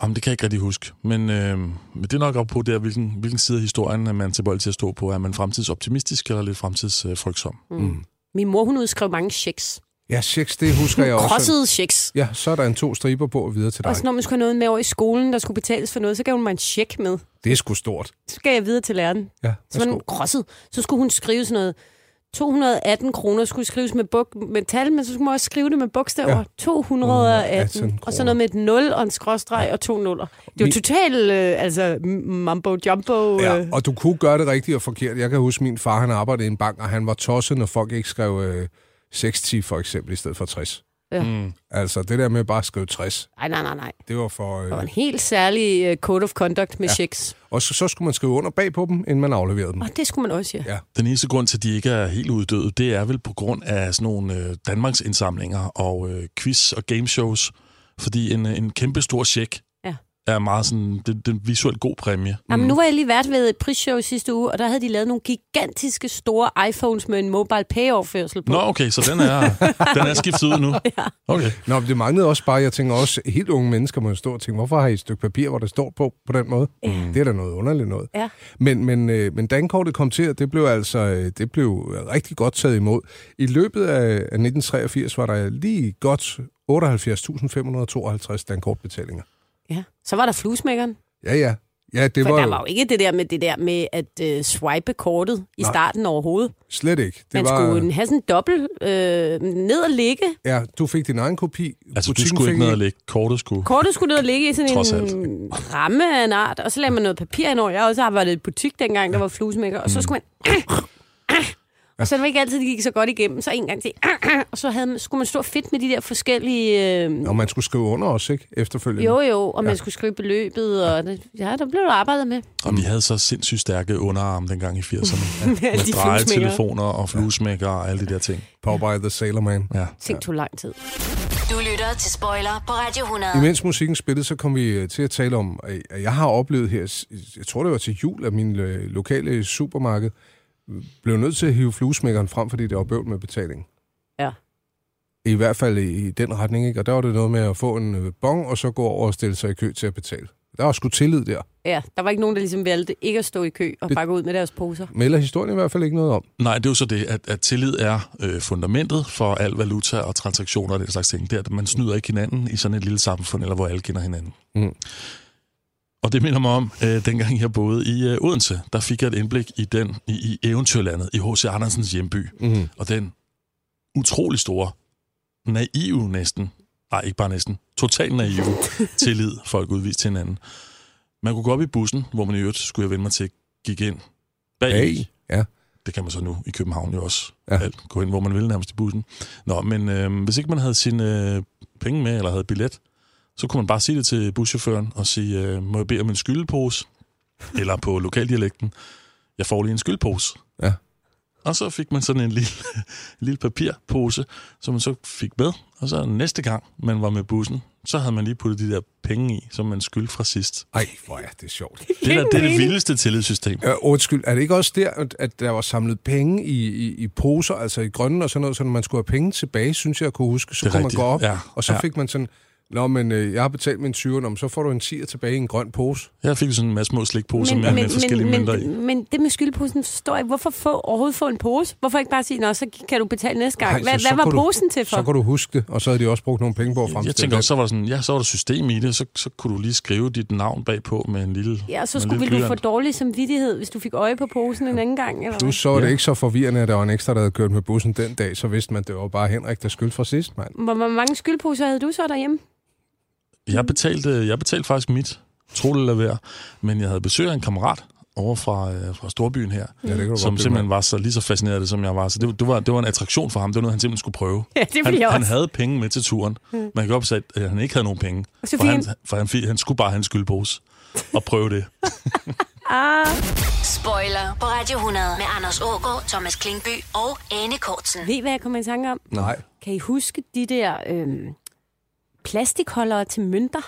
Speaker 4: Jamen, det kan jeg ikke rigtig huske. Men, øh, men det er nok op på der, hvilken, hvilken side af historien er man tilbøjelig til at stå på. Er man fremtidsoptimistisk eller lidt fremtidsfrygtsom?
Speaker 3: Mm. Mm. Min mor, hun udskrev mange checks.
Speaker 2: Ja, checks, det husker jeg også.
Speaker 3: Krossede checks.
Speaker 2: Ja, så er der en to striber på og videre til dig.
Speaker 3: Og så når man skulle have noget med over i skolen, der skulle betales for noget, så gav hun mig en check med.
Speaker 2: Det er sgu stort.
Speaker 3: Så gav jeg videre til læreren.
Speaker 2: Ja,
Speaker 3: Så var den krosset. Så skulle hun skrive sådan noget. 218 kroner skulle skrives med, buk, med tal, men så skulle man også skrive det med bogstaver.
Speaker 2: Ja.
Speaker 3: Ja. Mm,
Speaker 2: 218
Speaker 3: 218. Og så noget med et 0 og en skråstreg og to nuller. Det var
Speaker 2: Min-
Speaker 3: totalt øh, altså, mumbo jumbo. Øh. Ja.
Speaker 2: Ja, og du kunne gøre det rigtigt og forkert. Jeg kan huske, min far han arbejdede i en bank, og han var tosset, når folk ikke skrev øh, 60 for eksempel i stedet for 60.
Speaker 3: Ja. Mm.
Speaker 2: Altså det der med bare at skrive 60,
Speaker 3: Nej, nej, nej, nej.
Speaker 2: det var for...
Speaker 3: Det var
Speaker 2: Øh,
Speaker 3: en helt særlig øh, code of conduct med
Speaker 2: Ja.
Speaker 3: ja. checks.
Speaker 2: og så, så skulle man skrive under bag på dem, inden man afleverede dem.
Speaker 3: Og det skulle man også, ja.
Speaker 2: ja.
Speaker 4: Den eneste grund til, at de ikke er helt uddøde, det er vel på grund af sådan nogle øh, Danmarks indsamlinger og øh, quiz og gameshows. Fordi en, øh, en kæmpe stor check
Speaker 3: Ja.
Speaker 4: er meget sådan, det, det er en visuelt god præmie.
Speaker 3: Jamen, nu var jeg lige vært ved et prisshow sidste uge, og der havde de lavet nogle gigantiske store iPhones med en mobile pay-overførsel på.
Speaker 4: Nå, okay, så den er, den er skiftet ud nu. Okay.
Speaker 2: Nå, men det manglede også bare, jeg tænker også, helt unge mennesker må jo stå og tænke, hvorfor har I et stykke papir, hvor der står på på den måde? Mm. Det er da noget underligt noget.
Speaker 3: Ja.
Speaker 2: Men, men, øh, men dankortet kom til, og det blev altså øh, det blev rigtig godt taget imod. I løbet af af 1983 var der lige godt 78.552 dankortbetalinger.
Speaker 3: Ja. Så var der fluesmækkeren.
Speaker 2: Ja, ja. Ja, det
Speaker 3: For
Speaker 2: var,
Speaker 3: der var jo ikke det der med, det der med at øh, swipe kortet i
Speaker 2: Nej.
Speaker 3: starten overhovedet.
Speaker 2: slet ikke. Det
Speaker 3: Man
Speaker 2: var,
Speaker 3: skulle have sådan en dobbelt øh, ned og ligge.
Speaker 2: Ja, du fik din egen kopi.
Speaker 4: Altså, du
Speaker 2: Butikken
Speaker 4: skulle ikke
Speaker 2: fik
Speaker 4: ned og
Speaker 2: en.
Speaker 4: lægge. Kortet skulle.
Speaker 3: Kortet skulle ned og ligge i sådan
Speaker 4: Trods alt.
Speaker 3: en ramme af en art, og så lagde man noget papir ind over. Jeg har også arbejdet i butik dengang, der var fluesmækker,
Speaker 2: Mm.
Speaker 3: og så skulle man... Og så var det ikke altid, det gik så godt igennem. Så en gang til, og så havde, man- skulle man stå fedt med de der forskellige... Øh,
Speaker 2: Og man skulle skrive under også, ikke? Efterfølgende.
Speaker 3: jo, jo, og man
Speaker 2: Ja.
Speaker 3: skulle skrive beløbet, og det, ja, der blev der arbejdet med.
Speaker 4: Og vi havde så sindssygt stærke underarme dengang i 80'erne.
Speaker 3: Ja, de
Speaker 4: med drejetelefoner
Speaker 3: fluesmækkere.
Speaker 4: og fluesmækker og alle de der ting.
Speaker 2: Popeye the Sailor Man.
Speaker 4: Ja.
Speaker 3: Ting tog lang tid.
Speaker 1: Du lytter til Spoiler på Radio 100.
Speaker 2: Imens musikken spillede, så kom vi øh, til at tale om, øh, at jeg har oplevet her, jeg tror det var til jul, at min øh, lokale supermarked øh, blev nødt til at hive fluesmækkeren frem, fordi det var bøvl med betaling.
Speaker 3: Ja.
Speaker 2: I hvert fald i, i den retning, ikke? Og der var det noget med at få en øh, bong, og så gå over og stille sig i kø til at betale. Der var sgu tillid der.
Speaker 3: Ja, der var ikke nogen, der ligesom valgte ikke at stå i kø og
Speaker 2: Det-
Speaker 3: pakke ud med deres poser.
Speaker 2: Melder historien i hvert fald ikke noget om.
Speaker 4: Nej, det er jo så det, at, at tillid er øh, fundamentet for al valuta og transaktioner og den slags ting. Det er, at man snyder ikke hinanden i sådan et lille samfund, eller hvor alle kender hinanden.
Speaker 2: Mm.
Speaker 4: Og det minder mig om, øh, dengang jeg boede i øh, Odense, der fik jeg et indblik i den i, i eventyrlandet, i H.C. Andersens hjemby.
Speaker 2: Mm.
Speaker 4: Og den utrolig store, naive næsten, nej ikke bare næsten, totalt naive tillid, folk udviste til hinanden. Man kunne gå op i bussen, hvor man i øvrigt, skulle jeg vende mig til, gik ind bag.
Speaker 2: Bag, ja.
Speaker 4: Det kan man så nu i København jo også. Ja. Alt, gå ind, hvor man vil nærmest i bussen. Nå, men øh, hvis ikke man havde sine øh, penge med, eller havde billet, så kunne man bare sige det til buschaufføren og sige, øh, må jeg bede om en skyldepose? eller på lokaldialekten, jeg får lige en skyldepose.
Speaker 2: Ja.
Speaker 4: Og så fik man sådan en lille, en lille papirpose, som man så fik med. Og så næste gang, man var med bussen, så havde man lige puttet de der penge i, som man skyldte fra sidst.
Speaker 2: Ej, hvor er det sjovt.
Speaker 4: Det, der, det er det vildeste tillidssystem.
Speaker 2: Øh, undskyld, er det ikke også der, at- at der var samlet penge i, i, i poser, altså i grønne og sådan noget, så når man skulle have penge tilbage, synes jeg, jeg kunne huske, så
Speaker 4: Det er
Speaker 2: kunne man
Speaker 4: rigtigt,
Speaker 2: gå op,
Speaker 4: ja,
Speaker 2: og så
Speaker 4: ja.
Speaker 2: fik man sådan, Nå, men øh, jeg har betalt min 20'er, nå, men så får du en 10'er tilbage i en grøn pose.
Speaker 4: Jeg fik sådan en masse små slikposer med, med forskellige
Speaker 3: men,
Speaker 4: mønter i.
Speaker 3: men, men det med skyldposen forstår jeg. ikke. Hvorfor få, overhovedet få en pose? Hvorfor ikke bare sige, nå, så kan du betale næste gang?
Speaker 2: Ej,
Speaker 3: Ej, hvad,
Speaker 2: så- så
Speaker 3: hvad var
Speaker 2: kunne du-
Speaker 3: posen til for?
Speaker 2: Så kan du huske det, og så havde de også brugt nogle penge på at
Speaker 4: Jeg
Speaker 2: fremstille
Speaker 4: tænker
Speaker 2: det.
Speaker 4: også, så var der sådan, ja, så var der system i det, så, så kunne du lige skrive dit navn bagpå med en lille
Speaker 3: Ja, og så
Speaker 4: med en
Speaker 3: skulle
Speaker 4: lille
Speaker 3: ville du få
Speaker 4: blyant.
Speaker 3: dårlig samvittighed, hvis du fik øje på posen en anden gang. Eller
Speaker 2: Nu
Speaker 3: hvad?
Speaker 2: så var det ikke så forvirrende, at der var en ekstra, der havde kørt med bussen den dag, så vidste man, det var bare Henrik, der skyldte fra sidst, mand.
Speaker 3: Hvor, hvor mange skyldposer havde du så derhjemme?
Speaker 4: Jeg betalte, jeg betalte faktisk mit, tro det eller være, men jeg havde besøg af en kammerat over fra, øh, fra Storbyen her,
Speaker 2: Ja, det kan du godt
Speaker 4: som
Speaker 2: blive
Speaker 4: simpelthen var så, lige så fascineret af det, som jeg var. Så det, det, var, det var en attraktion for ham. Det var noget, han simpelthen skulle prøve.
Speaker 3: Ja, det ville
Speaker 4: han,
Speaker 3: jeg
Speaker 4: han
Speaker 3: også. Hmm.
Speaker 4: havde penge med til turen. Man kan godt sige, at han ikke havde nogen penge.
Speaker 3: Og så
Speaker 4: For
Speaker 3: fik
Speaker 4: han,
Speaker 3: han-
Speaker 4: for han, fik- han skulle bare have en skyldpose og prøve det.
Speaker 1: Ah. Spoiler på Radio 100 med Anders Ågaard, Thomas Klingby og Anne Kortsen.
Speaker 3: Ved I, hvad jeg kommer i tanke om?
Speaker 2: Nej.
Speaker 3: Kan I huske de der øhm, plastikholdere til mønter?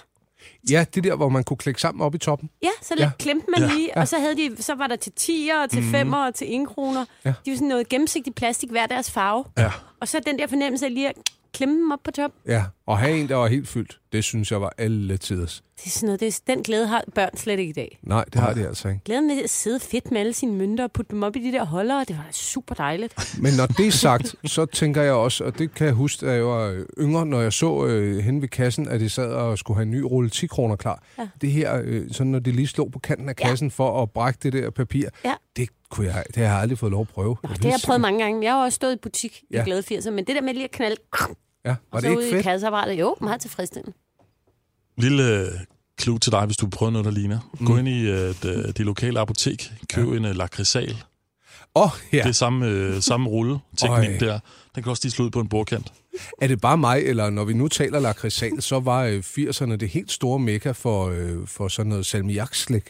Speaker 2: Ja, det der, hvor man kunne klikke sammen op i toppen.
Speaker 3: Ja, så lidt
Speaker 2: Ja.
Speaker 3: ja. klemte man
Speaker 2: Ja.
Speaker 3: lige,
Speaker 2: Ja.
Speaker 3: og så, havde de, så var der til 10'er, og til
Speaker 2: Mhm.
Speaker 3: 5'er og til 1-kroner.
Speaker 2: Ja.
Speaker 3: Ja. De var sådan noget gennemsigtigt plastik, hver deres farve.
Speaker 2: Ja.
Speaker 3: Og så den der fornemmelse af lige at klemme dem op på top.
Speaker 2: Ja, og have en, der var helt fyldt, det synes jeg var alle tiders.
Speaker 3: Det er sådan noget, det er, den glæde har børn slet ikke i dag.
Speaker 2: Nej, det har de altså ikke.
Speaker 3: Glæden ved at sidde fedt med alle sine mønter og putte dem op i de der holdere, det var da super dejligt.
Speaker 2: Men når det er sagt, så tænker jeg også, og det kan jeg huske, da jeg var øh, yngre, når jeg så øh, hen ved kassen, at de sad og skulle have en ny rulle 10 kroner klar. Ja.
Speaker 3: Ja.
Speaker 2: Det her, øh, sådan når de lige slog på kanten af kassen ja. for at brække det der papir,
Speaker 3: Ja.
Speaker 2: det, kunne jeg, det har jeg aldrig fået lov at prøve. Nå,
Speaker 3: Det har jeg prøvet mange gange. Jeg har jo også stået i butik
Speaker 2: Ja.
Speaker 3: i glade 80'er, men det der med lige at knalde
Speaker 2: Ja, var
Speaker 3: og
Speaker 2: det
Speaker 3: så
Speaker 2: ikke
Speaker 3: ud i
Speaker 2: fedt?
Speaker 3: kasseapparatet, jo, meget tilfredsstillende.
Speaker 4: Lille øh, clue til dig, hvis du prøver noget, der ligner. Gå ind i øh, de, de lokale apotek, køb ja. en øh, lakridsal,
Speaker 2: Oh, ja.
Speaker 4: Det er samme, øh, samme rulleteknik der. Den kan også lige slå ud på en bordkant.
Speaker 2: Er det bare mig, eller når vi nu taler lakridsal, så var øh, 80'erne det helt store mekka for, øh, for sådan noget salmiakslik.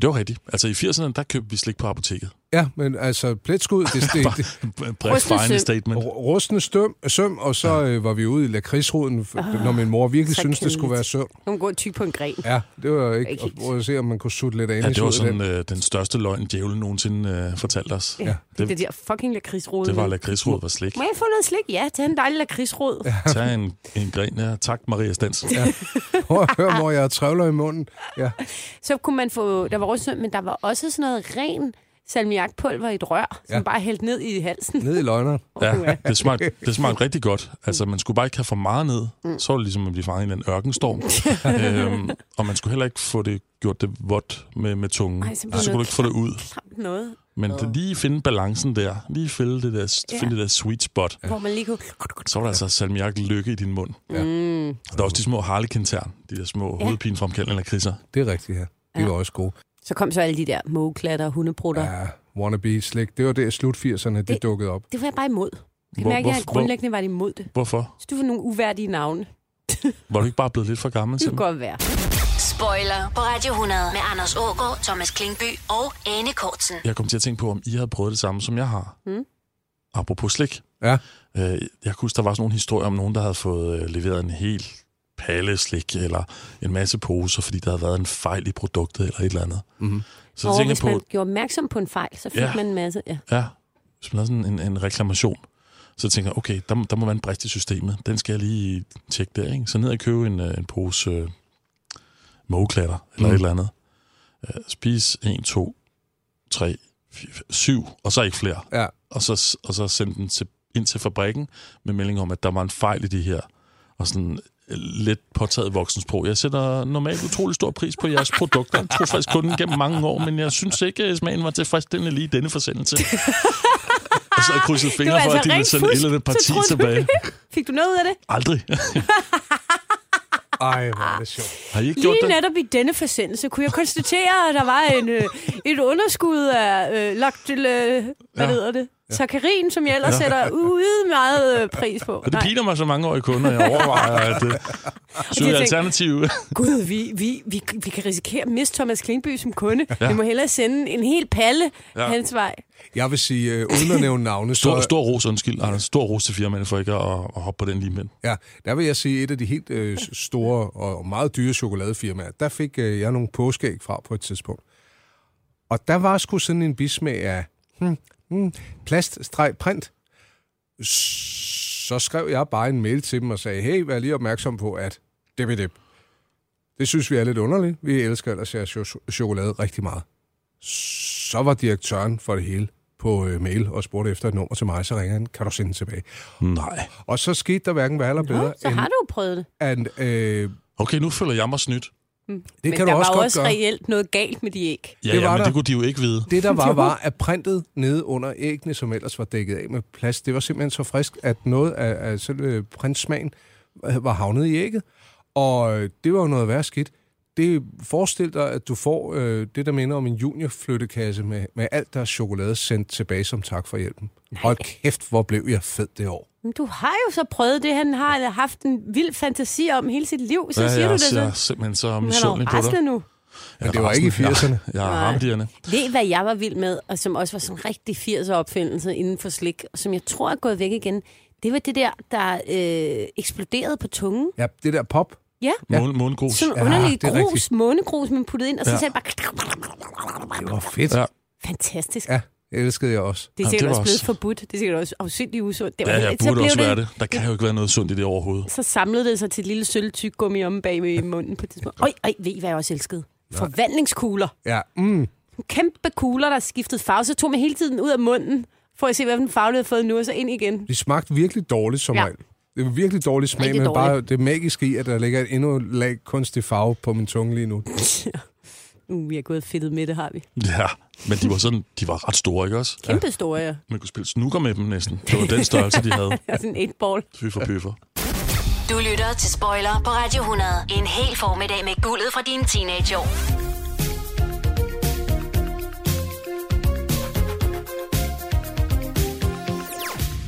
Speaker 4: Det var rigtigt. Altså i 80'erne, der købte vi slik på apoteket.
Speaker 2: Ja, men altså pletskud, det
Speaker 4: Bare-
Speaker 2: steg.
Speaker 4: bredt Rustne final søm. statement.
Speaker 2: Rustende støm, søm, og så ja. øh, var vi ude i lakridsruden, f-
Speaker 3: Ah,
Speaker 2: når min mor virkelig
Speaker 3: så
Speaker 2: syntes, det skulle
Speaker 3: kedeligt.
Speaker 2: være søm.
Speaker 3: Nu kan man gå og tykke på en gren.
Speaker 2: Ja, det var ikke...
Speaker 3: Ikke
Speaker 2: Og prøve at se, om man kunne sutte lidt af
Speaker 4: Ja, det var sådan øh, den største løgn, djævlen nogensinde øh, fortalte os.
Speaker 3: Ja. Det, det
Speaker 4: Det,
Speaker 3: der fucking lakridsrod.
Speaker 4: det var
Speaker 3: mand.
Speaker 4: lakridsråd var slik.
Speaker 3: Må jeg få noget slik? Ja, tag en dejlig lakridsrod. Ja.
Speaker 4: Tag en, en gren her. Tak, Maria Stens. Ja. øh,
Speaker 2: Prøv at høre, hvor jeg har trævler i munden. Ja.
Speaker 3: Så kunne man få, der var også, men der var også sådan noget ren salmiakpulver i et rør, som
Speaker 4: Ja.
Speaker 3: bare hældt ned i halsen.
Speaker 2: Ned i løgneren.
Speaker 4: Ja, det smagte, det smagte rigtig
Speaker 3: Mm.
Speaker 4: godt. Altså, man skulle bare ikke have for meget ned. Så var det ligesom at blive fanget i en eller anden ørkenstorm. øhm, og man skulle heller ikke få det gjort det vådt med, med tungen.
Speaker 3: Ej, så
Speaker 4: så
Speaker 3: blev det
Speaker 4: skulle du ikke få det ud.
Speaker 3: Noget,
Speaker 4: Men det, lige finde balancen der. Lige finde det der,
Speaker 3: Ja.
Speaker 4: finde det der sweet spot.
Speaker 3: hvor man lige kunne...
Speaker 4: Så var der altså salmiak lykke i din mund.
Speaker 3: Ja. Mm.
Speaker 4: Og der er også de små harlekintern, de der små
Speaker 3: Ja.
Speaker 4: ja. hovedpinefremkaldende lakridser.
Speaker 2: Det er rigtigt, ja. De
Speaker 3: Ja.
Speaker 2: var også gode.
Speaker 3: Så kom så alle de der mågeklatter og hundeprutter. Ja.
Speaker 2: Ja, wannabe slik. Det var der i slut 80'erne, det, det dukkede op.
Speaker 3: Det var jeg bare imod. Jeg
Speaker 2: Hvor-
Speaker 3: mærker, at jeg
Speaker 2: hvor-
Speaker 3: grundlæggende var imod det.
Speaker 4: Hvorfor?
Speaker 3: Så du var nogle uværdige navne.
Speaker 4: Var du ikke bare blevet lidt for gammel?
Speaker 3: Det kunne
Speaker 4: simpelthen?
Speaker 3: godt være.
Speaker 1: Spoiler på Radio 100 med Anders Ågaard, Thomas Klingby og Anne Kortsen.
Speaker 4: Jeg kom til at tænke på, om I havde prøvet det samme, som jeg har.
Speaker 1: Mm.
Speaker 4: Apropos slik.
Speaker 2: Ja.
Speaker 4: Øh, jeg kan huske, der var sådan nogle historier om nogen, der havde fået øh, leveret en hel palle slik, eller en masse poser, fordi der havde været en fejl i produktet, eller et eller andet.
Speaker 2: Mm.
Speaker 4: Så
Speaker 3: og
Speaker 4: jeg tænker
Speaker 3: hvis
Speaker 4: på,
Speaker 3: man gjorde opmærksom på en fejl, så fik ja.
Speaker 4: Ja.
Speaker 3: man en masse. Ja.
Speaker 4: Ja, hvis man har sådan en, en reklamation, så tænker jeg, okay, der, må- der må være en brist i systemet. Den skal jeg lige tjekke der, ikke? Så ned og købe en, øh, en pose øh, mågeklatter,
Speaker 2: Mm.
Speaker 4: eller mm. et eller andet. Øh, spis 1, 2, 3, 4, 7, og så ikke flere.
Speaker 2: Ja.
Speaker 4: Og så, og så sende den til, ind til fabrikken med melding om, at der var en fejl i det her. Og sådan øh, lidt påtaget voksensprog. Jeg sætter normalt utrolig stor pris på jeres produkter. Jeg tror faktisk kunden gennem mange år, men jeg synes ikke, at smagen var tilfredsstillende lige i denne forsendelse. Og så har jeg krydset
Speaker 3: Det var altså
Speaker 4: fingre for, at de ville
Speaker 3: rent
Speaker 4: sende et
Speaker 3: fusk.
Speaker 4: eller andet parti
Speaker 3: Så troede du
Speaker 4: tilbage.
Speaker 3: det. Fik du noget ud af det?
Speaker 4: Aldrig.
Speaker 2: Ej, hvor er det sjovt.
Speaker 4: Har I ikke gjort
Speaker 3: Lige
Speaker 4: det?
Speaker 3: netop i denne forsendelse kunne jeg konstatere, at der var en, øh, et underskud af øh, lagt til, øh, hvad
Speaker 4: Ja.
Speaker 3: hedder det? Sakarin, som jeg ellers
Speaker 4: Ja.
Speaker 3: sætter ude meget øh, pris på.
Speaker 4: Og det
Speaker 3: Nej.
Speaker 4: piner mig så mange år i kunder, jeg overvejer at øh, søge
Speaker 3: tænker-
Speaker 4: alternativ.
Speaker 3: Gud, vi, vi, vi, vi kan risikere at miste Thomas Klingby som kunde. Ja.
Speaker 2: Ja.
Speaker 3: Vi må hellere sende en hel palle ja.
Speaker 4: Ja.
Speaker 3: hans vej.
Speaker 2: Jeg vil sige, øh, uden at nævne navne,
Speaker 4: Stor,
Speaker 2: så...
Speaker 4: stor ros, undskyld, Anders. Stor ros til firmaerne for ikke at, at hoppe på den lige med.
Speaker 2: Ja, der vil jeg sige, et af de helt øh, s- store og meget dyre chokoladefirmaer, der fik øh, jeg nogle påskeæg fra på et tidspunkt. Og der var sgu sådan en bismag af hmm, hmm, plast-print. Så skrev jeg bare en mail til dem og sagde, hey, vær lige opmærksom på, at det dip. Det synes vi er lidt underligt. Vi elsker ellers jeres cho- chokolade rigtig meget. Så var direktøren for det hele på øh, mail og spurgte efter et nummer til mig, så ringer han, kan du sende den tilbage?
Speaker 4: Nej.
Speaker 2: Og så skete der hverken værre eller bedre,
Speaker 3: Nå, så har du jo prøvet det.
Speaker 2: end, end øh,
Speaker 4: Okay, nu føler jeg mig snydt.
Speaker 3: Mm.
Speaker 2: kan
Speaker 3: Men
Speaker 2: du
Speaker 3: der
Speaker 2: også
Speaker 3: var jo
Speaker 2: godt
Speaker 3: også
Speaker 2: gøre.
Speaker 3: reelt noget galt med de æg.
Speaker 4: Ja,
Speaker 2: Det
Speaker 4: det
Speaker 2: var
Speaker 4: ja, men
Speaker 2: der.
Speaker 4: det kunne de jo ikke vide.
Speaker 2: det der var,
Speaker 4: Jo.
Speaker 2: var, at printet nede under æggene, som ellers var dækket af med plast, det var simpelthen så frisk, at noget af, af selve printsmagen øh, var havnet i ægget. Og øh, det var jo noget værre skidt. Det forestil dig, at du får øh, det, der minder om en juniorflyttekasse med, med alt deres chokolade sendt tilbage som tak for hjælpen. Nej. Hold kæft, hvor blev jeg fed det år.
Speaker 3: Men du har jo så prøvet det, han har haft en vild fantasi om hele sit liv. Så
Speaker 4: ja,
Speaker 3: siger
Speaker 4: jeg,
Speaker 3: du det
Speaker 4: Jeg er
Speaker 3: så.
Speaker 4: simpelthen så
Speaker 3: Men han er jo
Speaker 4: misundelig på
Speaker 3: raslet
Speaker 4: dig.
Speaker 3: nu.
Speaker 4: Jeg er
Speaker 2: det var ikke i
Speaker 4: rasende.
Speaker 2: 80'erne.
Speaker 4: Jeg, jeg er
Speaker 3: Nej.
Speaker 4: harmdierne.
Speaker 3: Ved I, hvad jeg var vild med, og som også var sådan en rigtig 80'er opfindelse inden for slik, og som jeg tror er gået væk igen, det var det der, der øh, eksploderede på tungen.
Speaker 2: Ja, det der pop.
Speaker 3: Ja.
Speaker 2: Ja.
Speaker 4: Måne, månegrus.
Speaker 3: Sådan
Speaker 2: Ja,
Speaker 3: ja, underlig
Speaker 2: det er
Speaker 3: grus,
Speaker 2: rigtigt.
Speaker 3: månegrus, man puttede ind, og så ja.
Speaker 2: Ja.
Speaker 3: selv bare...
Speaker 2: Det var fedt.
Speaker 4: Ja.
Speaker 3: Fantastisk. Ja.
Speaker 2: Ja, det elskede jeg også.
Speaker 3: Det er sikkert også blevet forbudt. Det er sikkert også afsindigt usundt. Det
Speaker 4: Ja, jeg
Speaker 3: helt- så
Speaker 4: burde
Speaker 3: blev
Speaker 4: også være det. Der kan jo ikke være noget sundt i det overhovedet.
Speaker 3: Så samlede det sig til et lille sølvtyggummi omme bag i munden på det tidspunkt. Øj, øj, ved I, hvad jeg også elskede? Forvandlingskugler.
Speaker 2: Ja, mm.
Speaker 3: Kæmpe kugler, der skiftede farve. Så tog man hele tiden ud af munden, for at se, hvilken farve det havde fået nu, og så ind igen.
Speaker 2: De smagte virkelig dårligt som
Speaker 3: Ja.
Speaker 2: ja. regel. Det var virkelig dårlig smag,
Speaker 3: Rigtig
Speaker 2: men bare
Speaker 3: dårligt.
Speaker 2: det magiske i, at der ligger et endnu lag kunstig farve på min tunge lige nu.
Speaker 3: Uh, vi har gået fedtet med det, har vi.
Speaker 4: Ja, men de var, sådan, de var ret store, ikke også?
Speaker 3: Kæmpe store, ja.
Speaker 4: Man kunne spille snooker med dem næsten. Det var den størrelse, de havde.
Speaker 3: sådan et ball.
Speaker 4: Fy for bøffer.
Speaker 1: Du lytter til Spoiler på Radio 100. En hel formiddag med guldet fra dine teenageår.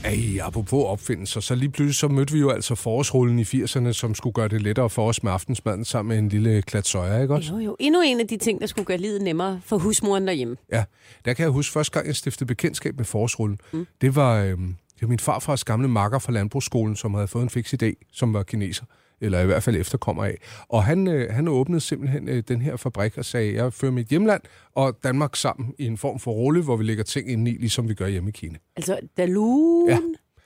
Speaker 2: Ej, apropos opfindelser, så lige pludselig så mødte vi jo altså forårsrullen i 80'erne, som skulle gøre det lettere for os med aftensmaden sammen med en lille klat soja, ikke også?
Speaker 3: Jo, jo. Endnu en af de ting, der skulle gøre livet nemmere for husmoren derhjemme.
Speaker 2: Ja, der kan jeg huske første gang, jeg stiftede bekendtskab med forårsrullen. Mm. Det var, øh, det var min farfars gamle makker fra landbrugsskolen, som havde fået en fix idé, som var kineser eller i hvert fald efterkommer af. Og han, øh, han åbnede simpelthen øh, den her fabrik og sagde, jeg fører mit hjemland og Danmark sammen i en form for rulle, hvor vi lægger ting ind i, ligesom vi gør hjemme i Kina.
Speaker 3: Altså, Dalun.
Speaker 2: Ja.
Speaker 3: Ja.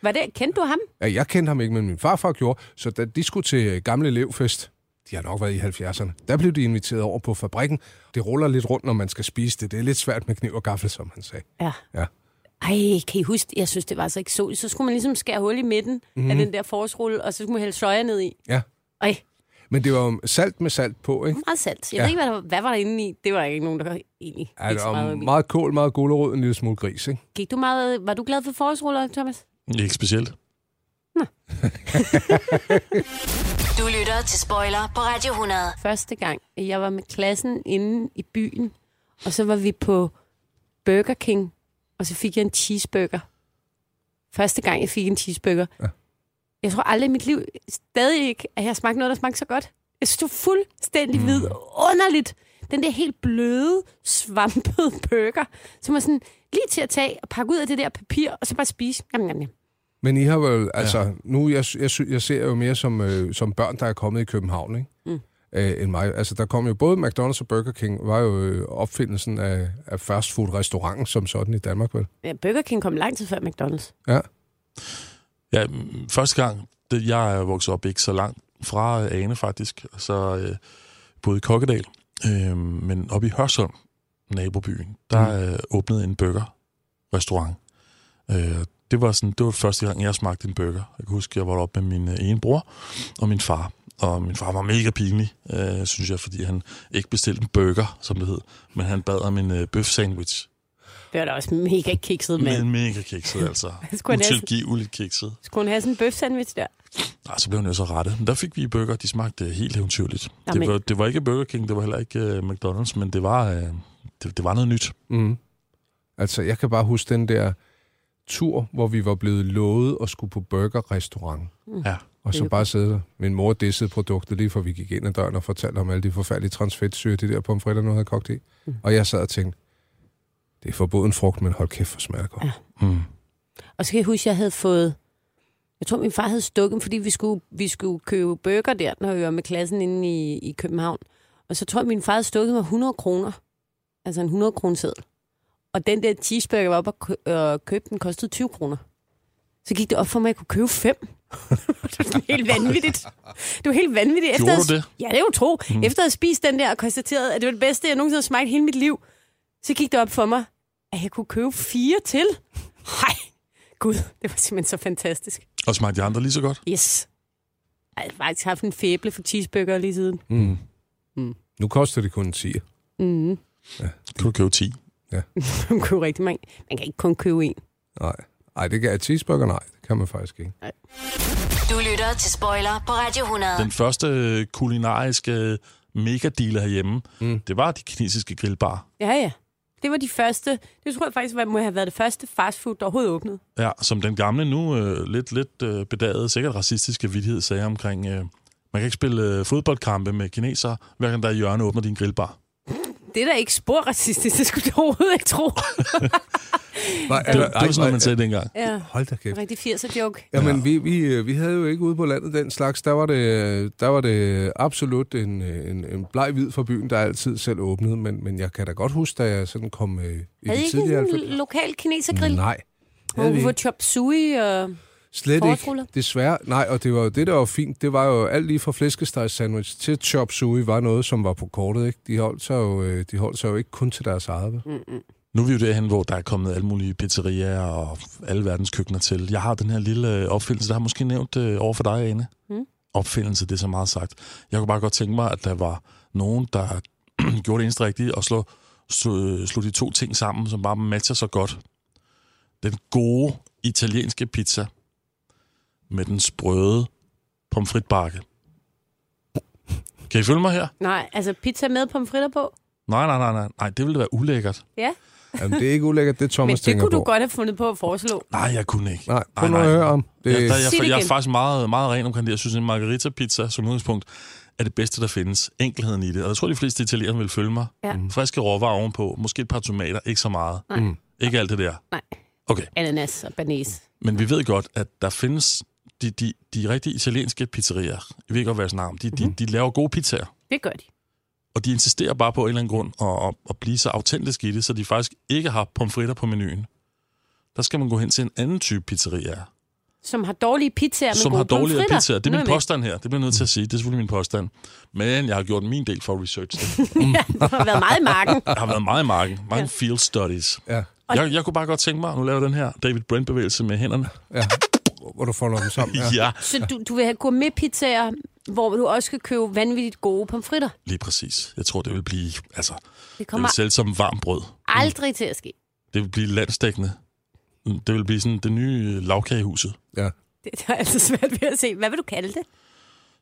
Speaker 3: Var det, kendte du ham?
Speaker 2: Ja, jeg kendte ham ikke, men min farfar gjorde, så da de skulle til øh, gamle elevfest, de har nok været i 70'erne, der blev de inviteret over på fabrikken. Det ruller lidt rundt, når man skal spise det. Det er lidt svært med kniv og gaffel, som han sagde.
Speaker 3: Ja.
Speaker 2: Ja.
Speaker 3: Ej, kan I huske, jeg synes, det var så eksotisk. Så skulle man ligesom skære hul i midten mm. af
Speaker 2: Mhm.
Speaker 3: den der forårsrulle, og så skulle man hælde soja ned i.
Speaker 2: ja.
Speaker 3: Ej,
Speaker 2: Men det var jo salt med salt på, ikke?
Speaker 3: meget salt. Jeg
Speaker 2: Ja.
Speaker 3: ja. ved ikke, hvad, der, hvad var der inde i. Det var der ikke nogen, der egentlig gik
Speaker 2: Ja, det
Speaker 3: så meget
Speaker 2: var
Speaker 3: op i.
Speaker 2: meget kål, meget gulerod, en lille smule gris, ikke?
Speaker 3: Gik du meget... Var du glad for forårsruller, Thomas?
Speaker 4: Ikke specielt.
Speaker 1: Du lytter til Spoiler på Radio 100.
Speaker 3: Første gang, jeg var med klassen inde i byen, og så var vi på Burger King, og så fik jeg en cheeseburger. Første gang, jeg fik en cheeseburger. Ja. Jeg tror aldrig i mit liv, stadig ikke, at jeg har smagt noget, der smagte så godt. Jeg synes, det var fuldstændig vidunderligt. Den der helt bløde, svampede burger, som var sådan lige til at tage og pakke ud af det der papir, og så bare spise. Jamen, jamen, jamen.
Speaker 2: Men I har jo, altså, ja. nu, jeg, jeg, sy- jeg ser jo mere som, øh, som børn, der er kommet i København, ikke?
Speaker 3: Mm.
Speaker 2: Øh, end mig. Altså, der kom jo både McDonald's og Burger King, var jo øh, opfindelsen af, af fastfood-restauranten som sådan i Danmark, vel?
Speaker 3: Ja, Burger King kom lang tid før McDonald's.
Speaker 2: Ja.
Speaker 4: Ja, mm, første gang, det, jeg er vokset op ikke så langt fra øh, Ane faktisk, og så øh, boede i Kokkedal, øh, men oppe i Hørsholm, nabobyen, der
Speaker 3: Mm.
Speaker 4: øh, åbnede en burger-restaurant. Øh, det var sådan, det var første gang, jeg smagte en burger. Jeg kan huske, jeg var oppe med min øh, ene bror og min far. Og min far var mega pinlig, øh, synes jeg, fordi han ikke bestilte en burger, som det hed, men han bad om en øh, bøf sandwich.
Speaker 3: Det var da også mega kikset, mand.
Speaker 4: Men mega kikset, altså.
Speaker 3: Skulle han næsten-
Speaker 4: Utilgiveligt kikset.
Speaker 3: Skulle hun have sådan en bøf sandwich der?
Speaker 4: Og Ah, så blev hun jo så rettet. Men der fik vi burger, de smagte øh, helt eventyrligt. Det
Speaker 3: Jamen.
Speaker 4: var, det var ikke Burger King, det var heller ikke uh, McDonald's, men det var, uh, det, det var noget nyt.
Speaker 2: Mm. Altså, jeg kan bare huske den der tur, hvor vi var blevet lovet at skulle på burgerrestaurant.
Speaker 4: Mm. Ja.
Speaker 2: Og så bare sidde der. Min mor dissede produktet lige for vi gik ind ad døren og fortalte om alle de forfærdelige transfedtsyre, de der pomfritter nu havde kogt i. Mm. Og jeg sad og tænkte, det er forbuden frugt, men hold kæft, for smager det godt. Ja. Mm.
Speaker 3: Og så kan jeg huske, at jeg havde fået... Jeg tror, min far havde stukket, fordi vi skulle, vi skulle købe burger der, når vi var med klassen inde i, i København. Og så tror jeg, at min far havde stukket mig 100 kroner. Altså en 100 kroneseddel. Og den der cheeseburger, jeg var oppe og kø- og købte, den kostede 20 kroner. Så gik det op for mig, at jeg kunne købe fem. det var sådan helt vanvittigt. Det var helt vanvittigt.
Speaker 4: Gjorde
Speaker 3: at-
Speaker 4: du det?
Speaker 3: Ja, det er jo tro.
Speaker 4: Mm.
Speaker 3: Mm. Efter at have spist den der og konstateret, at det var det bedste, jeg nogensinde har smagt i hele mit liv, så gik det op for mig, at jeg kunne købe fire til. Hej, Gud, det var simpelthen så fantastisk.
Speaker 4: Og smagte de andre lige så godt?
Speaker 3: Yes. Ej, Jeg har faktisk haft en fæble for cheeseburger lige siden.
Speaker 2: Mm.
Speaker 3: Mm.
Speaker 2: Nu koster det kun en 10.
Speaker 3: Mm.
Speaker 2: Ja.
Speaker 4: Kan du købe 10?
Speaker 2: Ja.
Speaker 3: Man kan jo rigtig mange. Man kan ikke kun købe en.
Speaker 2: Nej. Ej, det kan jeg cheeseburger, nej. Det kan man faktisk ikke.
Speaker 1: Du lytter til Spoiler på Radio 100.
Speaker 4: Den første øh, kulinariske øh, megadealer herhjemme, mm. det var de kinesiske grillbar.
Speaker 3: Ja, ja. Det var de første. Det tror jeg faktisk var, må have været det første fastfood, der overhovedet åbnede.
Speaker 4: Ja, som den gamle nu øh, lidt, lidt øh, bedagede, sikkert racistiske vidtighed sagde omkring, øh, man kan ikke spille øh, fodboldkampe med kinesere, hver gang der i hjørne åbner din grillbar.
Speaker 3: Det er da ikke spor racistisk, det skulle du overhovedet ikke tro.
Speaker 2: Nej,
Speaker 4: Det, det var sådan noget, man sagde dengang.
Speaker 3: ja.
Speaker 2: Hold da kæft.
Speaker 3: Rigtig 80'er joke.
Speaker 2: Jamen, ja. vi, vi, øh, vi havde jo ikke ude på landet den slags. Der var det, der var det absolut en, øh, en, en bleg hvid fra byen, der altid selv åbnede. Men, men jeg kan da godt huske, da jeg sådan kom øh, i de
Speaker 3: Havde I ikke
Speaker 2: tidlige
Speaker 3: sådan en
Speaker 2: 90'ere.
Speaker 3: lokal kinesergrill?
Speaker 2: Nej.
Speaker 3: Hvor
Speaker 2: Havde vi
Speaker 3: vi var
Speaker 2: ikke.
Speaker 3: chop suey og...
Speaker 2: Slet
Speaker 3: Forårsruller?
Speaker 2: ikke. Desværre. Nej, og det var jo det, der var fint. Det var jo alt lige fra flæskesteg sandwich til chop suey var noget, som var på kortet. Ikke? De, holdt sig jo, øh, de holdt sig jo ikke kun til deres eget.
Speaker 3: Mm.
Speaker 2: vel?
Speaker 4: Nu er vi jo derhen, hvor der er kommet alle mulige pizzerier og alle verdens køkkener til. Jeg har den her lille øh, opfindelse, der har jeg måske nævnt øh, over for dig, Ane.
Speaker 3: Mm.
Speaker 4: Opfindelse, det er så meget sagt. Jeg kunne bare godt tænke mig, at der var nogen, der gjorde det eneste rigtige og slog, slog, slog de to ting sammen, som bare matcher så godt. Den gode italienske pizza med den sprøde pomfritbakke. Kan I følge mig her?
Speaker 3: Nej, altså pizza med pomfritter på?
Speaker 4: Nej, nej, nej, nej. nej det ville da være ulækkert.
Speaker 3: Ja.
Speaker 2: Jamen, det er ikke ulækkert, det Thomas
Speaker 3: Men det
Speaker 2: tænker
Speaker 3: kunne
Speaker 2: på.
Speaker 3: du godt have fundet på at foreslå.
Speaker 4: Nej, jeg kunne ikke.
Speaker 2: Nej, prøv nu at høre om.
Speaker 4: Det... Jeg, der,
Speaker 3: Sig det
Speaker 4: jeg, jeg, jeg er
Speaker 3: igen.
Speaker 4: faktisk meget, meget ren omkring det. Jeg synes, en margarita-pizza som udgangspunkt er det bedste, der findes. Enkelheden i det. Og jeg tror, de fleste italienere vil følge mig.
Speaker 3: Ja.
Speaker 4: Ja. Friske råvarer ovenpå. Måske et par tomater. Ikke så meget.
Speaker 3: Nej. Mm.
Speaker 4: Ikke alt det der.
Speaker 3: Nej.
Speaker 4: Okay.
Speaker 3: Ananas og banæs.
Speaker 4: Men vi ved godt, at der findes de, de, de rigtige italienske pizzerier. Vi ved godt, hvad jeg snakker om. De, de, de laver gode pizzaer.
Speaker 3: Det gør de.
Speaker 4: Og de insisterer bare på af en eller anden grund at, at, at blive så autentisk i det, så de faktisk ikke har pomfritter på menuen. Der skal man gå hen til en anden type pizzeria,
Speaker 3: Som har dårlige pizzaer, men
Speaker 4: som
Speaker 3: gode
Speaker 4: har dårligere
Speaker 3: pomfritter.
Speaker 4: pizzaer. Det
Speaker 3: Nu
Speaker 4: er min
Speaker 3: jeg med.
Speaker 4: påstand her. Det bliver jeg nødt til at sige. Det er selvfølgelig min påstand. Men jeg har gjort min del for at research det.
Speaker 3: ja, du har været meget i marken.
Speaker 4: Jeg har været meget i marken. Mange
Speaker 3: Ja.
Speaker 4: field studies.
Speaker 2: Ja.
Speaker 4: Jeg, jeg kunne bare godt tænke mig, at nu laver den her David Brent-bevægelse med hænderne.
Speaker 2: Ja. Hvor du folder dem sammen.
Speaker 4: Ja. ja,
Speaker 3: Så du, du vil have gourmetpizzaer, hvor du også kan købe vanvittigt gode pomfritter.
Speaker 4: lige præcis. Jeg tror, det vil blive... Altså,
Speaker 3: Det
Speaker 4: det
Speaker 3: kommer
Speaker 4: vil sælge som varmt brød. Mm.
Speaker 3: aldrig til at ske.
Speaker 4: Det vil blive landstækkende. Det vil blive sådan det nye øh, lavkagehuset.
Speaker 2: Ja.
Speaker 3: Det er altså svært ved at se. Hvad vil du kalde det?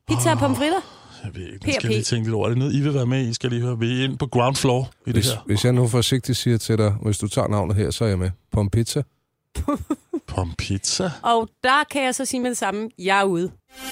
Speaker 3: Pizza og pomfritter?
Speaker 4: Jeg ved ikke, nu skal
Speaker 3: P&P.
Speaker 4: jeg lige tænke lidt over Er det. Noget, I vil være med i, skal lige høre. Vil I ind på ground floor i det
Speaker 2: Hvis,
Speaker 4: her?
Speaker 2: hvis jeg nu forsigtigt siger til dig, hvis du tager navnet her, så er jeg med. Pompizza.
Speaker 4: Pompizza?
Speaker 3: Og der kan jeg så sige med det samme, jeg er ude.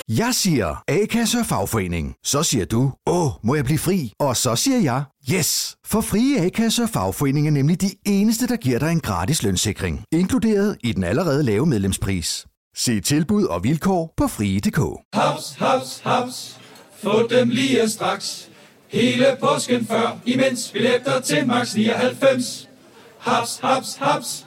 Speaker 14: Jeg siger A-kasse og fagforening. Så siger du, åh, må jeg blive fri? Og så siger jeg, yes! For frie A-kasse og fagforening er nemlig de eneste, der giver dig en gratis lønssikring. Inkluderet i den allerede lave medlemspris. Se tilbud og vilkår på frie.dk.
Speaker 9: Haps, haps, haps. Få dem lige straks. Hele påsken før, imens billetter til max 99. Haps, haps, haps.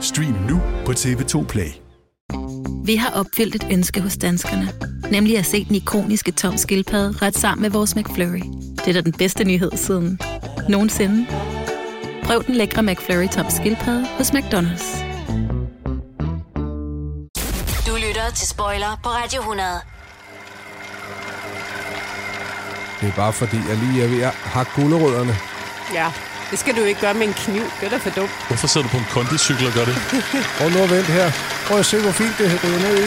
Speaker 8: Stream nu på TV2 Play.
Speaker 11: Vi har opfyldt et ønske hos danskerne. Nemlig at se den ikoniske tom skildpadde ret sammen med vores McFlurry. Det er da den bedste nyhed siden nogensinde. Prøv den lækre McFlurry tom skildpadde hos McDonald's.
Speaker 1: Du lytter til Spoiler på Radio 100.
Speaker 2: Det er bare fordi, jeg lige er ved at hakke gulerødderne.
Speaker 3: Ja, det skal du ikke gøre med en kniv. Det er da for dumt.
Speaker 4: Hvorfor sidder du på en kondicykel og gør det?
Speaker 2: Prøv nu at vente her. Prøv at se, hvor fint det ryger ned i.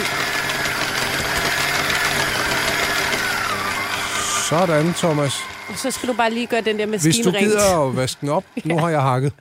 Speaker 2: Sådan, Thomas.
Speaker 3: Og så skal du bare lige gøre den der maskine
Speaker 2: Hvis du
Speaker 3: rent.
Speaker 2: gider at vaske den op, nu har jeg hakket.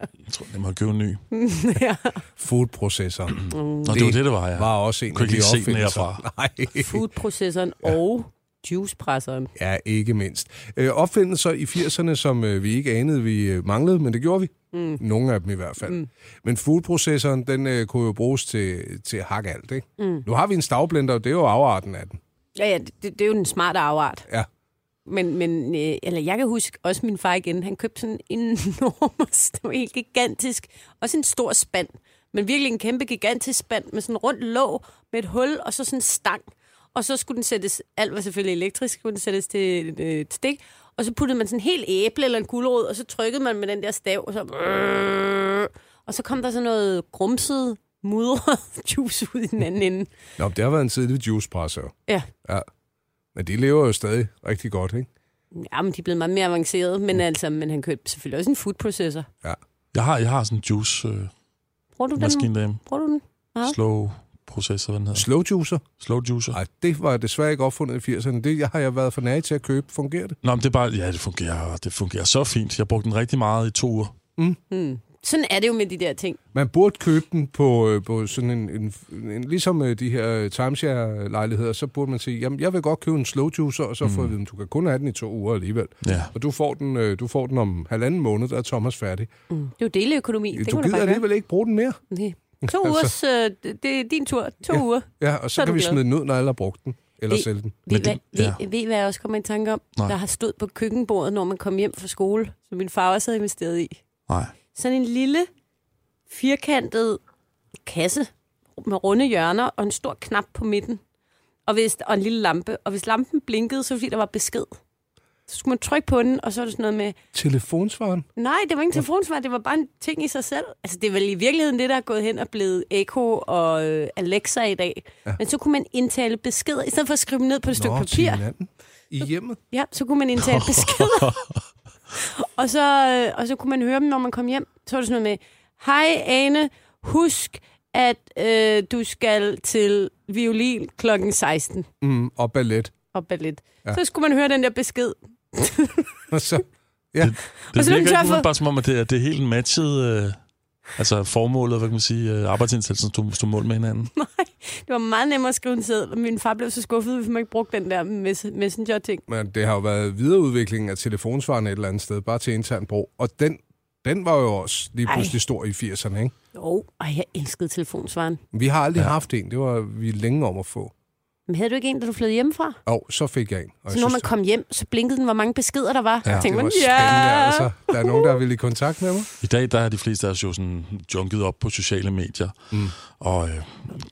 Speaker 4: Jeg tror, det må købe en ny.
Speaker 3: ja.
Speaker 2: Foodprocessor.
Speaker 4: Nå, det var det, det var, ja.
Speaker 2: var også en
Speaker 4: Kunne
Speaker 2: af
Speaker 4: ikke
Speaker 2: de
Speaker 4: lige se den
Speaker 2: opfindelser.
Speaker 4: herfra.
Speaker 2: Nej.
Speaker 3: Foodprocessoren og juicepresseren.
Speaker 2: Ja, ikke mindst. Øh, opfindelser i 80'erne, som øh, vi ikke anede, vi øh, manglede, men det gjorde vi.
Speaker 3: Mm.
Speaker 2: Nogle af dem i hvert fald. Mm. Men foodprocessoren, den øh, kunne jo bruges til, til at hakke alt, ikke?
Speaker 3: Mm.
Speaker 2: Nu har vi en stavblender, og det er jo afarten af den.
Speaker 3: Ja, ja, det, det er jo en smart afart.
Speaker 2: Ja.
Speaker 3: Men, men øh, eller jeg kan huske også min far igen, han købte sådan en enorm, det var helt gigantisk, også en stor spand, men virkelig en kæmpe gigantisk spand med sådan en rundt låg med et hul og så sådan en stang. Og så skulle den sættes, alt var selvfølgelig elektrisk, skulle den sættes til et, øh, et stik, og så puttede man sådan en hel æble eller en gulerod, og så trykkede man med den der stav, og så... Og så kom der sådan noget grumset, mudret juice ud i den anden ende.
Speaker 2: Nå, men det har været en tidlig juicepresser.
Speaker 3: Ja.
Speaker 2: Ja. Men de lever jo stadig rigtig godt, ikke?
Speaker 3: Ja, men de er blevet meget mere avancerede, men, altså, men han købte selvfølgelig også en food processor.
Speaker 2: Ja.
Speaker 4: Jeg har, jeg har sådan en juice... Øh,
Speaker 3: Bruger du den?
Speaker 4: Maskine derhjemme.
Speaker 3: Bruger du den? Ja.
Speaker 4: Slow processor, hvad den hedder.
Speaker 2: Slow juicer?
Speaker 4: Slow juicer.
Speaker 2: Nej, det var desværre ikke opfundet i 80'erne. Det har jeg været for nær til at købe. Fungerer det?
Speaker 4: Nå, men det er bare... Ja, det fungerer, det fungerer så fint. Jeg brugte den rigtig meget i to uger.
Speaker 3: Mm. Sådan er det jo med de der ting.
Speaker 2: Man burde købe den på, øh, på sådan en, en, en... Ligesom øh, de her øh, timeshare-lejligheder, så burde man sige, jamen, jeg vil godt købe en slow juicer, og så mm. få at vide, du kan kun have den i to uger alligevel.
Speaker 4: Ja.
Speaker 2: Og du får den, øh, du får den om halvanden måned, der er Thomas færdig.
Speaker 3: Mm. Det er jo deleøkonomi. Det
Speaker 2: du
Speaker 3: kan man da
Speaker 2: gider
Speaker 3: bare
Speaker 2: alligevel ikke bruge den mere.
Speaker 3: Nej. To
Speaker 2: Altså.
Speaker 3: ugers, øh, det- det er din tur. To
Speaker 2: Ja.
Speaker 3: uger.
Speaker 2: Ja, og så,
Speaker 3: Så er
Speaker 2: kan
Speaker 3: du
Speaker 2: vi
Speaker 3: glad.
Speaker 2: smide den ud, når alle har brugt den. Eller
Speaker 3: Ved-
Speaker 2: sælge den.
Speaker 3: Ved, hvad, ved, ved I, hvad jeg også kommer i tanke om?
Speaker 2: Nej.
Speaker 3: Der har stået på køkkenbordet, når man kom hjem fra skole, som min far også havde investeret i.
Speaker 4: Nej.
Speaker 3: Sådan en lille, firkantet kasse med runde hjørner og en stor knap på midten. Og, hvis, og en lille lampe. Og hvis lampen blinkede, så var det, fordi der var besked. Så skulle man trykke på den, og så var det sådan noget med...
Speaker 2: Telefonsvaren?
Speaker 3: Nej, det var ikke en telefonsvar, det var bare en ting i sig selv. Altså, det er vel i virkeligheden det, der er gået hen og blevet Echo og øh, Alexa i dag. Ja. Men så kunne man indtale beskeder, i stedet for at skrive dem ned på et stykke
Speaker 2: Nå, til
Speaker 3: papir.
Speaker 2: hinanden. I hjemmet?
Speaker 3: Ja, så kunne man indtale beskeder. og, så, øh, og så kunne man høre dem, når man kom hjem. Så var det sådan noget med, hej Ane, husk, at øh, du skal til violin klokken 16
Speaker 2: Mm, og ballet.
Speaker 3: og ballet.
Speaker 2: Ja.
Speaker 3: Ja. Så skulle man høre den der besked.
Speaker 2: Og så, ja. Det,
Speaker 3: Og
Speaker 4: Det
Speaker 3: så er den
Speaker 4: virker
Speaker 3: tør
Speaker 4: ikke
Speaker 3: for-
Speaker 4: umiddelbart som om, at det er, det er helt matchet... Øh, altså formålet, hvad kan man sige, øh, arbejdsindsatsen stod, stod mål med hinanden.
Speaker 3: Det var meget nemmere at skrive en seddel, og min far blev så skuffet, hvis man ikke brugte den der mes- messenger-ting.
Speaker 2: Men det har jo været videreudviklingen af telefonsvaren et eller andet sted, bare til intern brug. Og den, den var jo også lige
Speaker 3: Ej.
Speaker 2: pludselig stor i 80'erne, ikke?
Speaker 3: Jo, og jeg elskede telefonsvaren.
Speaker 2: Vi har aldrig ja. haft en. Det var vi længe om at få.
Speaker 3: Men havde du ikke en, da du flyttede hjemmefra?
Speaker 2: Og så fik jeg en. Og
Speaker 3: Så
Speaker 2: jeg
Speaker 3: når
Speaker 2: synes,
Speaker 3: man kom hjem, så blinkede den, hvor mange beskeder der var.
Speaker 4: Ja.
Speaker 3: Ja, tænkte
Speaker 4: Det
Speaker 3: man,
Speaker 4: var
Speaker 3: ja.
Speaker 2: altså, der er nogen, der vil i kontakt med mig.
Speaker 4: I dag der er de fleste af os jo sådan junket op på sociale medier, mm. og øh,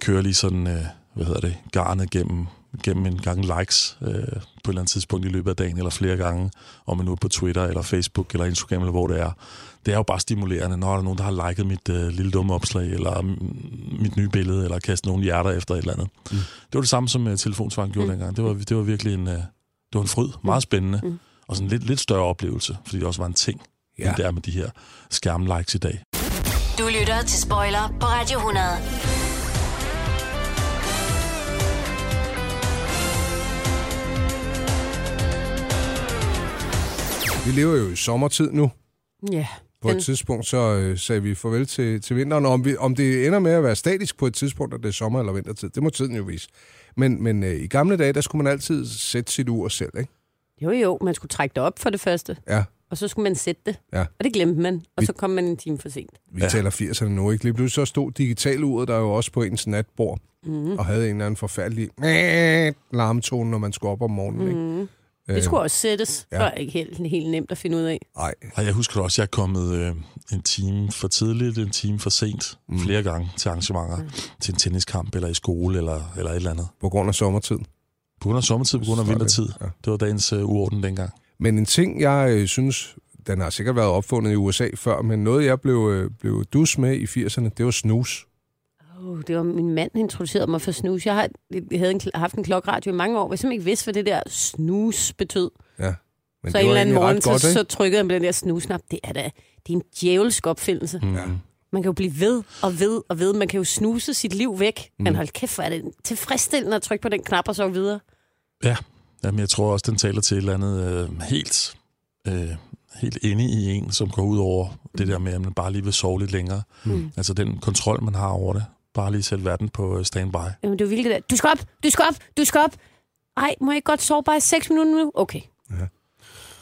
Speaker 4: kører lige sådan, øh, hvad hedder det, garnet gennem, gennem en gang likes øh, på et eller andet tidspunkt i løbet af dagen, eller flere gange, om man nu er på Twitter, eller Facebook, eller Instagram, eller hvor det er. Det er jo bare stimulerende, når der er nogen, der har liket mit øh, lille dumme opslag, eller mm, mit nye billede, eller kastet nogle hjerter efter et eller andet. Mm. Det var det samme, som øh, telefonsvaren gjorde mm. dengang. Det var, det var virkelig en, øh, det var en fryd, meget spændende, mm. og sådan en lidt, lidt større oplevelse, fordi det også var en ting, ja. end det er med de her skærmlikes i dag.
Speaker 1: Du lytter til Spoiler på Radio 100.
Speaker 2: Vi lever jo i sommertid nu.
Speaker 3: Ja.
Speaker 2: På et tidspunkt så øh, sagde vi farvel til, til vinteren. Og Om, vi, om det ender med at være statisk på et tidspunkt, at det er sommer eller vintertid, det må tiden jo vise. Men, men øh, i gamle dage, der skulle man altid sætte sit ur selv, ikke?
Speaker 3: Jo, jo, man skulle trække det op for det første,
Speaker 2: Ja,
Speaker 3: og så skulle man sætte det.
Speaker 2: ja.
Speaker 3: Og det glemte man, og
Speaker 2: Vi-
Speaker 3: så kom man en time for sent.
Speaker 2: Vi ja. taler 80'erne nu, ikke? Lige pludselig så stod digitaluret der jo også på ens natbord,
Speaker 3: Mhm.
Speaker 2: mm. og havde en eller anden forfærdelig "mææææt" larmtone, når man skulle op om morgenen, ikke?
Speaker 3: Mm.
Speaker 2: Øh,
Speaker 3: Det skulle også sættes,
Speaker 4: ja.
Speaker 3: ja. og ikke helt, helt nemt at finde ud af.
Speaker 2: Nej.
Speaker 4: Og jeg husker også, at jeg er kommet øh, en time for tidligt, en time for sent, mm. flere gange til arrangementer, mm. til en tenniskamp, eller i skole, eller, eller et eller andet.
Speaker 2: På grund af sommertiden?
Speaker 4: På grund af sommertid, på grund af vintertid. Ja. Det var dagens øh, uorden dengang.
Speaker 2: Men en ting, jeg øh, synes, den har sikkert været opfundet i USA før, men noget, jeg blev, øh, blev dus med i 80'erne, det var snus.
Speaker 3: Oh, det var min mand, der introducerede mig for snus. Jeg har jeg havde en, kl- haft en klokradio i mange år, hvor jeg simpelthen ikke vidste, hvad det der snus betød.
Speaker 2: Ja. Men
Speaker 3: så
Speaker 2: det
Speaker 3: en
Speaker 2: var
Speaker 3: eller anden
Speaker 2: egentlig ret
Speaker 3: morgen,
Speaker 2: godt,
Speaker 3: så,
Speaker 2: ikke?
Speaker 3: så trykkede jeg på den der snusnap. Det er da det er en djævelsk opfindelse.
Speaker 2: Ja.
Speaker 3: Man kan jo blive ved og ved og ved. Man kan jo snuse sit liv væk. Mm. Men hold kæft, hvor er det tilfredsstillende at trykke på den knap og så videre.
Speaker 4: Ja, Jamen, jeg tror også, den taler til et eller andet øh, helt, øh, helt inde i en, som går ud over det der med, at man bare lige vil sove lidt længere.
Speaker 3: Mm.
Speaker 4: Mm. Altså den kontrol, man har over det. Bare lige sætte verden på øh, standby.
Speaker 3: Jamen, det er jo vildt det der. Du skal op, du skal op, du skal op. Ej, må jeg ikke godt sove bare i 6 minutter nu? Okay.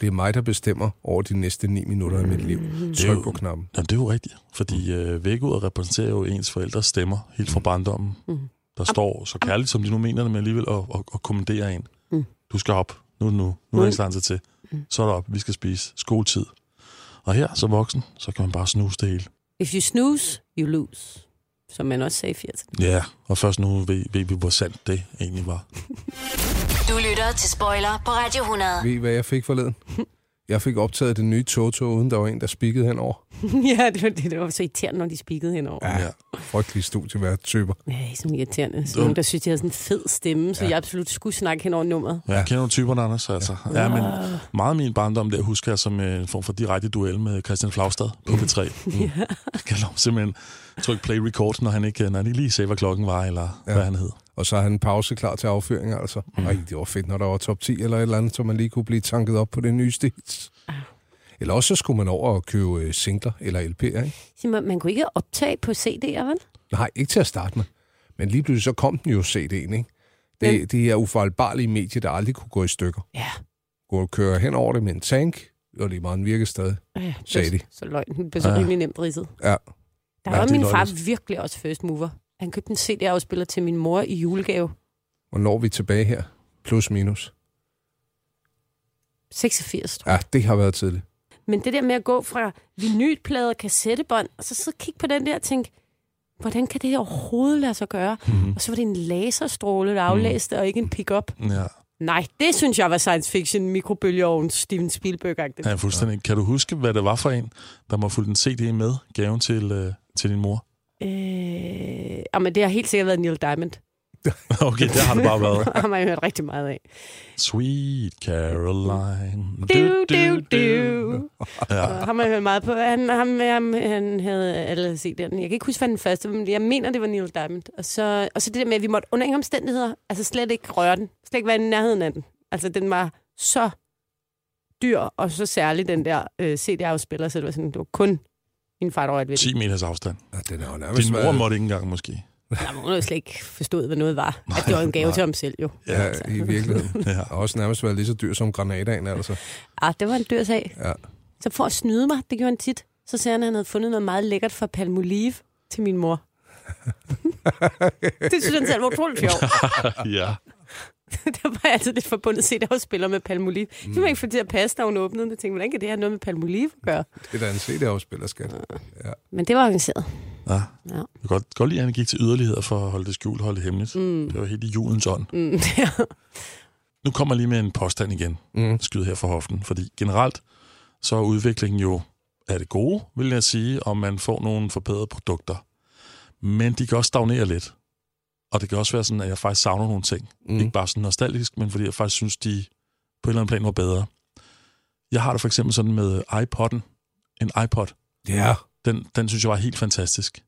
Speaker 2: Det er mig, der bestemmer over de næste 9 minutter af mit liv.
Speaker 3: Mm.
Speaker 2: Tryk på knappen.
Speaker 4: Nå, det er jo rigtigt, fordi øh, vækkeuret repræsenterer jo ens forældres stemmer helt fra barndommen.
Speaker 3: Mm.
Speaker 4: Der står så kærligt, som de nu mener det, men alligevel og, og, og kommanderer en.
Speaker 3: Mm.
Speaker 4: Du skal op. Nu er det nu. Nu er der ikke så lang tid til. Så er der op. Vi skal spise. Skoletid. Og her, som voksen, så kan man bare snuse det hele.
Speaker 3: If you snooze, you lose. Som man også sagde i 80'erne.
Speaker 4: Ja, og først nu ved, ved vi, hvor sandt det egentlig var.
Speaker 1: Du lytter til Spoiler på Radio 100.
Speaker 2: Ved I, hvad jeg fik forleden? Jeg fik optaget det nye togtog, uden der var en, der spikkede henover.
Speaker 3: ja, det var, det, det var så irriterende, når de spikkede henover.
Speaker 2: Ja, frygtelige studievært-typer.
Speaker 3: Ja, det er sådan irriterende.
Speaker 2: Du-
Speaker 3: Så nogen, der synes, de havde sådan en fed stemme, så
Speaker 2: Ja.
Speaker 3: ja. jeg absolut skulle snakke hen over nummeret.
Speaker 4: Ja. Jeg kender nogle typerne, Anders. Altså. Ja.
Speaker 3: Ja.
Speaker 4: ja, men meget af min barndom der husker jeg som øh, en form for direkte duel med Christian Flagstad på P3. ja. Jeg kan lov simpelthen trykke play record, når han ikke, øh, når han ikke lige sagde, hvad klokken var, eller ja. hvad han hed.
Speaker 2: Og så har han en pause klar til affyring, altså. Mm. Ej, det var fedt, når der var top 10 eller et eller andet, så man lige kunne blive tanket op på det nye hits. Eller også så skulle man over og købe øh, singler eller LP'er, ikke?
Speaker 3: Så man, man kunne ikke optage på CD'er, vel?
Speaker 2: Nej, ikke til at starte med. Men lige pludselig så kom den jo CD'en, ikke? Det, det er ufejlbarlige medie, der aldrig kunne gå i stykker.
Speaker 3: Ja.
Speaker 2: Gå og køre hen over det med en tank, og lige meget en virkestad,
Speaker 3: Ja,
Speaker 2: sagde de.
Speaker 3: Så løgn, den blev så
Speaker 2: Ja.
Speaker 3: rimelig nemt ridset.
Speaker 2: Ja.
Speaker 3: Der
Speaker 2: Ja,
Speaker 3: var
Speaker 2: det er
Speaker 3: min far
Speaker 2: løgnet.
Speaker 3: virkelig også first mover. Han købte en CD-afspiller til min mor i julegave.
Speaker 2: Hvornår er vi tilbage her? Plus minus.
Speaker 3: 86, tror jeg.
Speaker 2: Ja, det har været tidligt.
Speaker 3: Men det der med at gå fra vinylplader, kassettebånd, og så sidde og kigge på den der og tænke, hvordan kan det her overhovedet lade sig gøre? Mm-hmm. Og så var det en laserstråle, der aflæste, og ikke en pickup.
Speaker 4: Ja.
Speaker 3: Nej, det synes jeg var science fiction, mikrobølgeovn, Steven spielberg -agtigt.
Speaker 4: Ja, fuldstændig. Kan du huske, hvad det var for en, der må fulgte en CD med gaven til, øh, til din mor?
Speaker 3: Øh, jamen, det har helt sikkert været Neil Diamond.
Speaker 4: okay, det har det bare været.
Speaker 3: Det har man jo hørt rigtig meget af.
Speaker 4: Sweet Caroline.
Speaker 3: Du, du, du.
Speaker 4: Ja.
Speaker 3: Ja. Har man hørt meget på. Han, ham, ham, han havde alle set den. Jeg kan ikke huske, hvad den første var, men jeg mener, det var Neil Diamond. Og så, og så det der med, at vi måtte under ingen omstændigheder, altså slet ikke røre den. Slet ikke være i nærheden af den. Altså, den var så dyr, og så særlig den der øh, CD-afspiller, så det var sådan, det var kun min far, der rørte ved den.
Speaker 4: 10 meters afstand.
Speaker 2: Ja, den er jo nærmest
Speaker 4: Din mor
Speaker 2: været-
Speaker 4: måtte ikke engang, måske.
Speaker 3: Jamen, hun havde slet ikke forstået, hvad noget var. At det var en gave
Speaker 2: nej.
Speaker 3: til ham selv, jo. Altså.
Speaker 2: Ja, i virkeligheden. ja. Og også nærmest været lige så dyr som granataen, altså.
Speaker 3: Ah, det var en dyr sag.
Speaker 2: Ja.
Speaker 3: Så for at snyde mig, det gjorde han tit, så sagde han, at han havde fundet noget meget lækkert fra Palmolive til min mor. det synes han selv var utroligt sjovt.
Speaker 4: ja.
Speaker 3: der var jeg altid lidt forbundet set af spiller med Palmolive. Mm. Det var ikke for til at passe, da hun åbnede det. Jeg tænkte, hvordan kan det her noget med Palmolive at gøre?
Speaker 2: Det er da en CD-afspiller, skat. Ja.
Speaker 3: Men det var organiseret.
Speaker 4: Ja.
Speaker 3: Ja.
Speaker 4: Jeg kan godt, godt lide, at han gik til yderligheder for at holde det skjult, holde det hemmeligt.
Speaker 3: Mm.
Speaker 4: Det var helt i julens ånd.
Speaker 3: Mm, ja.
Speaker 4: Nu kommer jeg lige med en påstand igen.
Speaker 2: Mm.
Speaker 4: Skyd her fra hoften. Fordi generelt, så er udviklingen jo af det gode, vil jeg sige, og man får nogle forbedrede produkter. Men de kan også stagnere lidt. Og det kan også være sådan, at jeg faktisk savner nogle ting. Mm. Ikke bare sådan nostalgisk, men fordi jeg faktisk synes, de på en eller anden plan var bedre. Jeg har det for eksempel sådan med iPod'en. En iPod.
Speaker 2: Ja.
Speaker 4: Den, den synes jeg var helt fantastisk.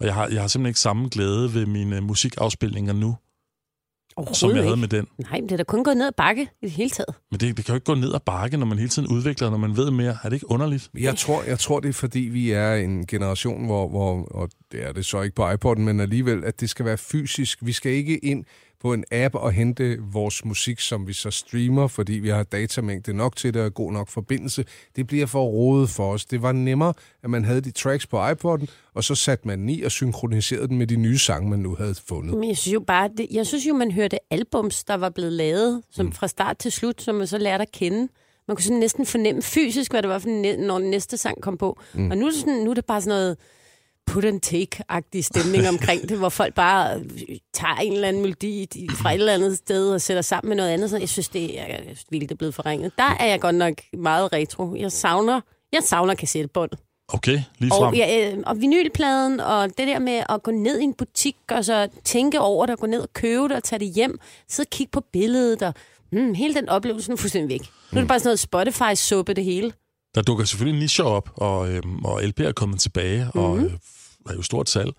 Speaker 4: Og jeg har, jeg har simpelthen ikke samme glæde ved mine øh, musikafspilninger nu, som jeg
Speaker 3: Overhovedet
Speaker 4: havde
Speaker 3: ikke.
Speaker 4: med den.
Speaker 3: Nej, men det er da kun gået ned ad bakke i det hele taget.
Speaker 4: Men det, det kan jo ikke gå ned ad bakke, når man hele tiden udvikler, når man ved mere. Er det ikke underligt?
Speaker 2: Jeg tror, jeg tror, det er fordi, vi er en generation, hvor, hvor og det er det så ikke på iPod'en, men alligevel, at det skal være fysisk. Vi skal ikke ind på en app og hente vores musik, som vi så streamer, fordi vi har datamængde nok til det og god nok forbindelse. Det bliver for rodet for os. Det var nemmere, at man havde de tracks på iPod'en, og så satte man den i og synkroniserede den med de nye sange, man nu havde fundet.
Speaker 3: Men jeg synes jo bare, det, jeg synes jo, man hørte albums, der var blevet lavet som mm. fra start til slut, som man så lærte at kende. Man kunne sådan næsten fornemme fysisk, hvad det var, for næ- når den næste sang kom på.
Speaker 15: Mm.
Speaker 3: Mm. Og nu er, det sådan, nu er det bare sådan noget put and take-agtig stemning omkring det, hvor folk bare øh, tager en eller anden melodi i- fra et eller andet sted og sætter sammen med noget andet. Så jeg synes, det er jeg synes, vildt, det er blevet forringet. Der er jeg godt nok meget retro. Jeg savner, jeg savner kassettebåndet.
Speaker 4: Okay, lige frem.
Speaker 3: Og, ja, øh, og vinylpladen, og det der med at gå ned i en butik, og så tænke over det, og gå ned og købe det, og tage det hjem, sidde og kigge på billedet, og hmm, hele den oplevelse nu er fuldstændig væk. Nu er
Speaker 4: Mm.
Speaker 3: det bare sådan noget Spotify-suppe, det hele.
Speaker 4: Der dukker selvfølgelig nischer op, og, øhm, og LP er kommet tilbage, mm.
Speaker 3: Mhm.
Speaker 4: og øh, er jo stort salg.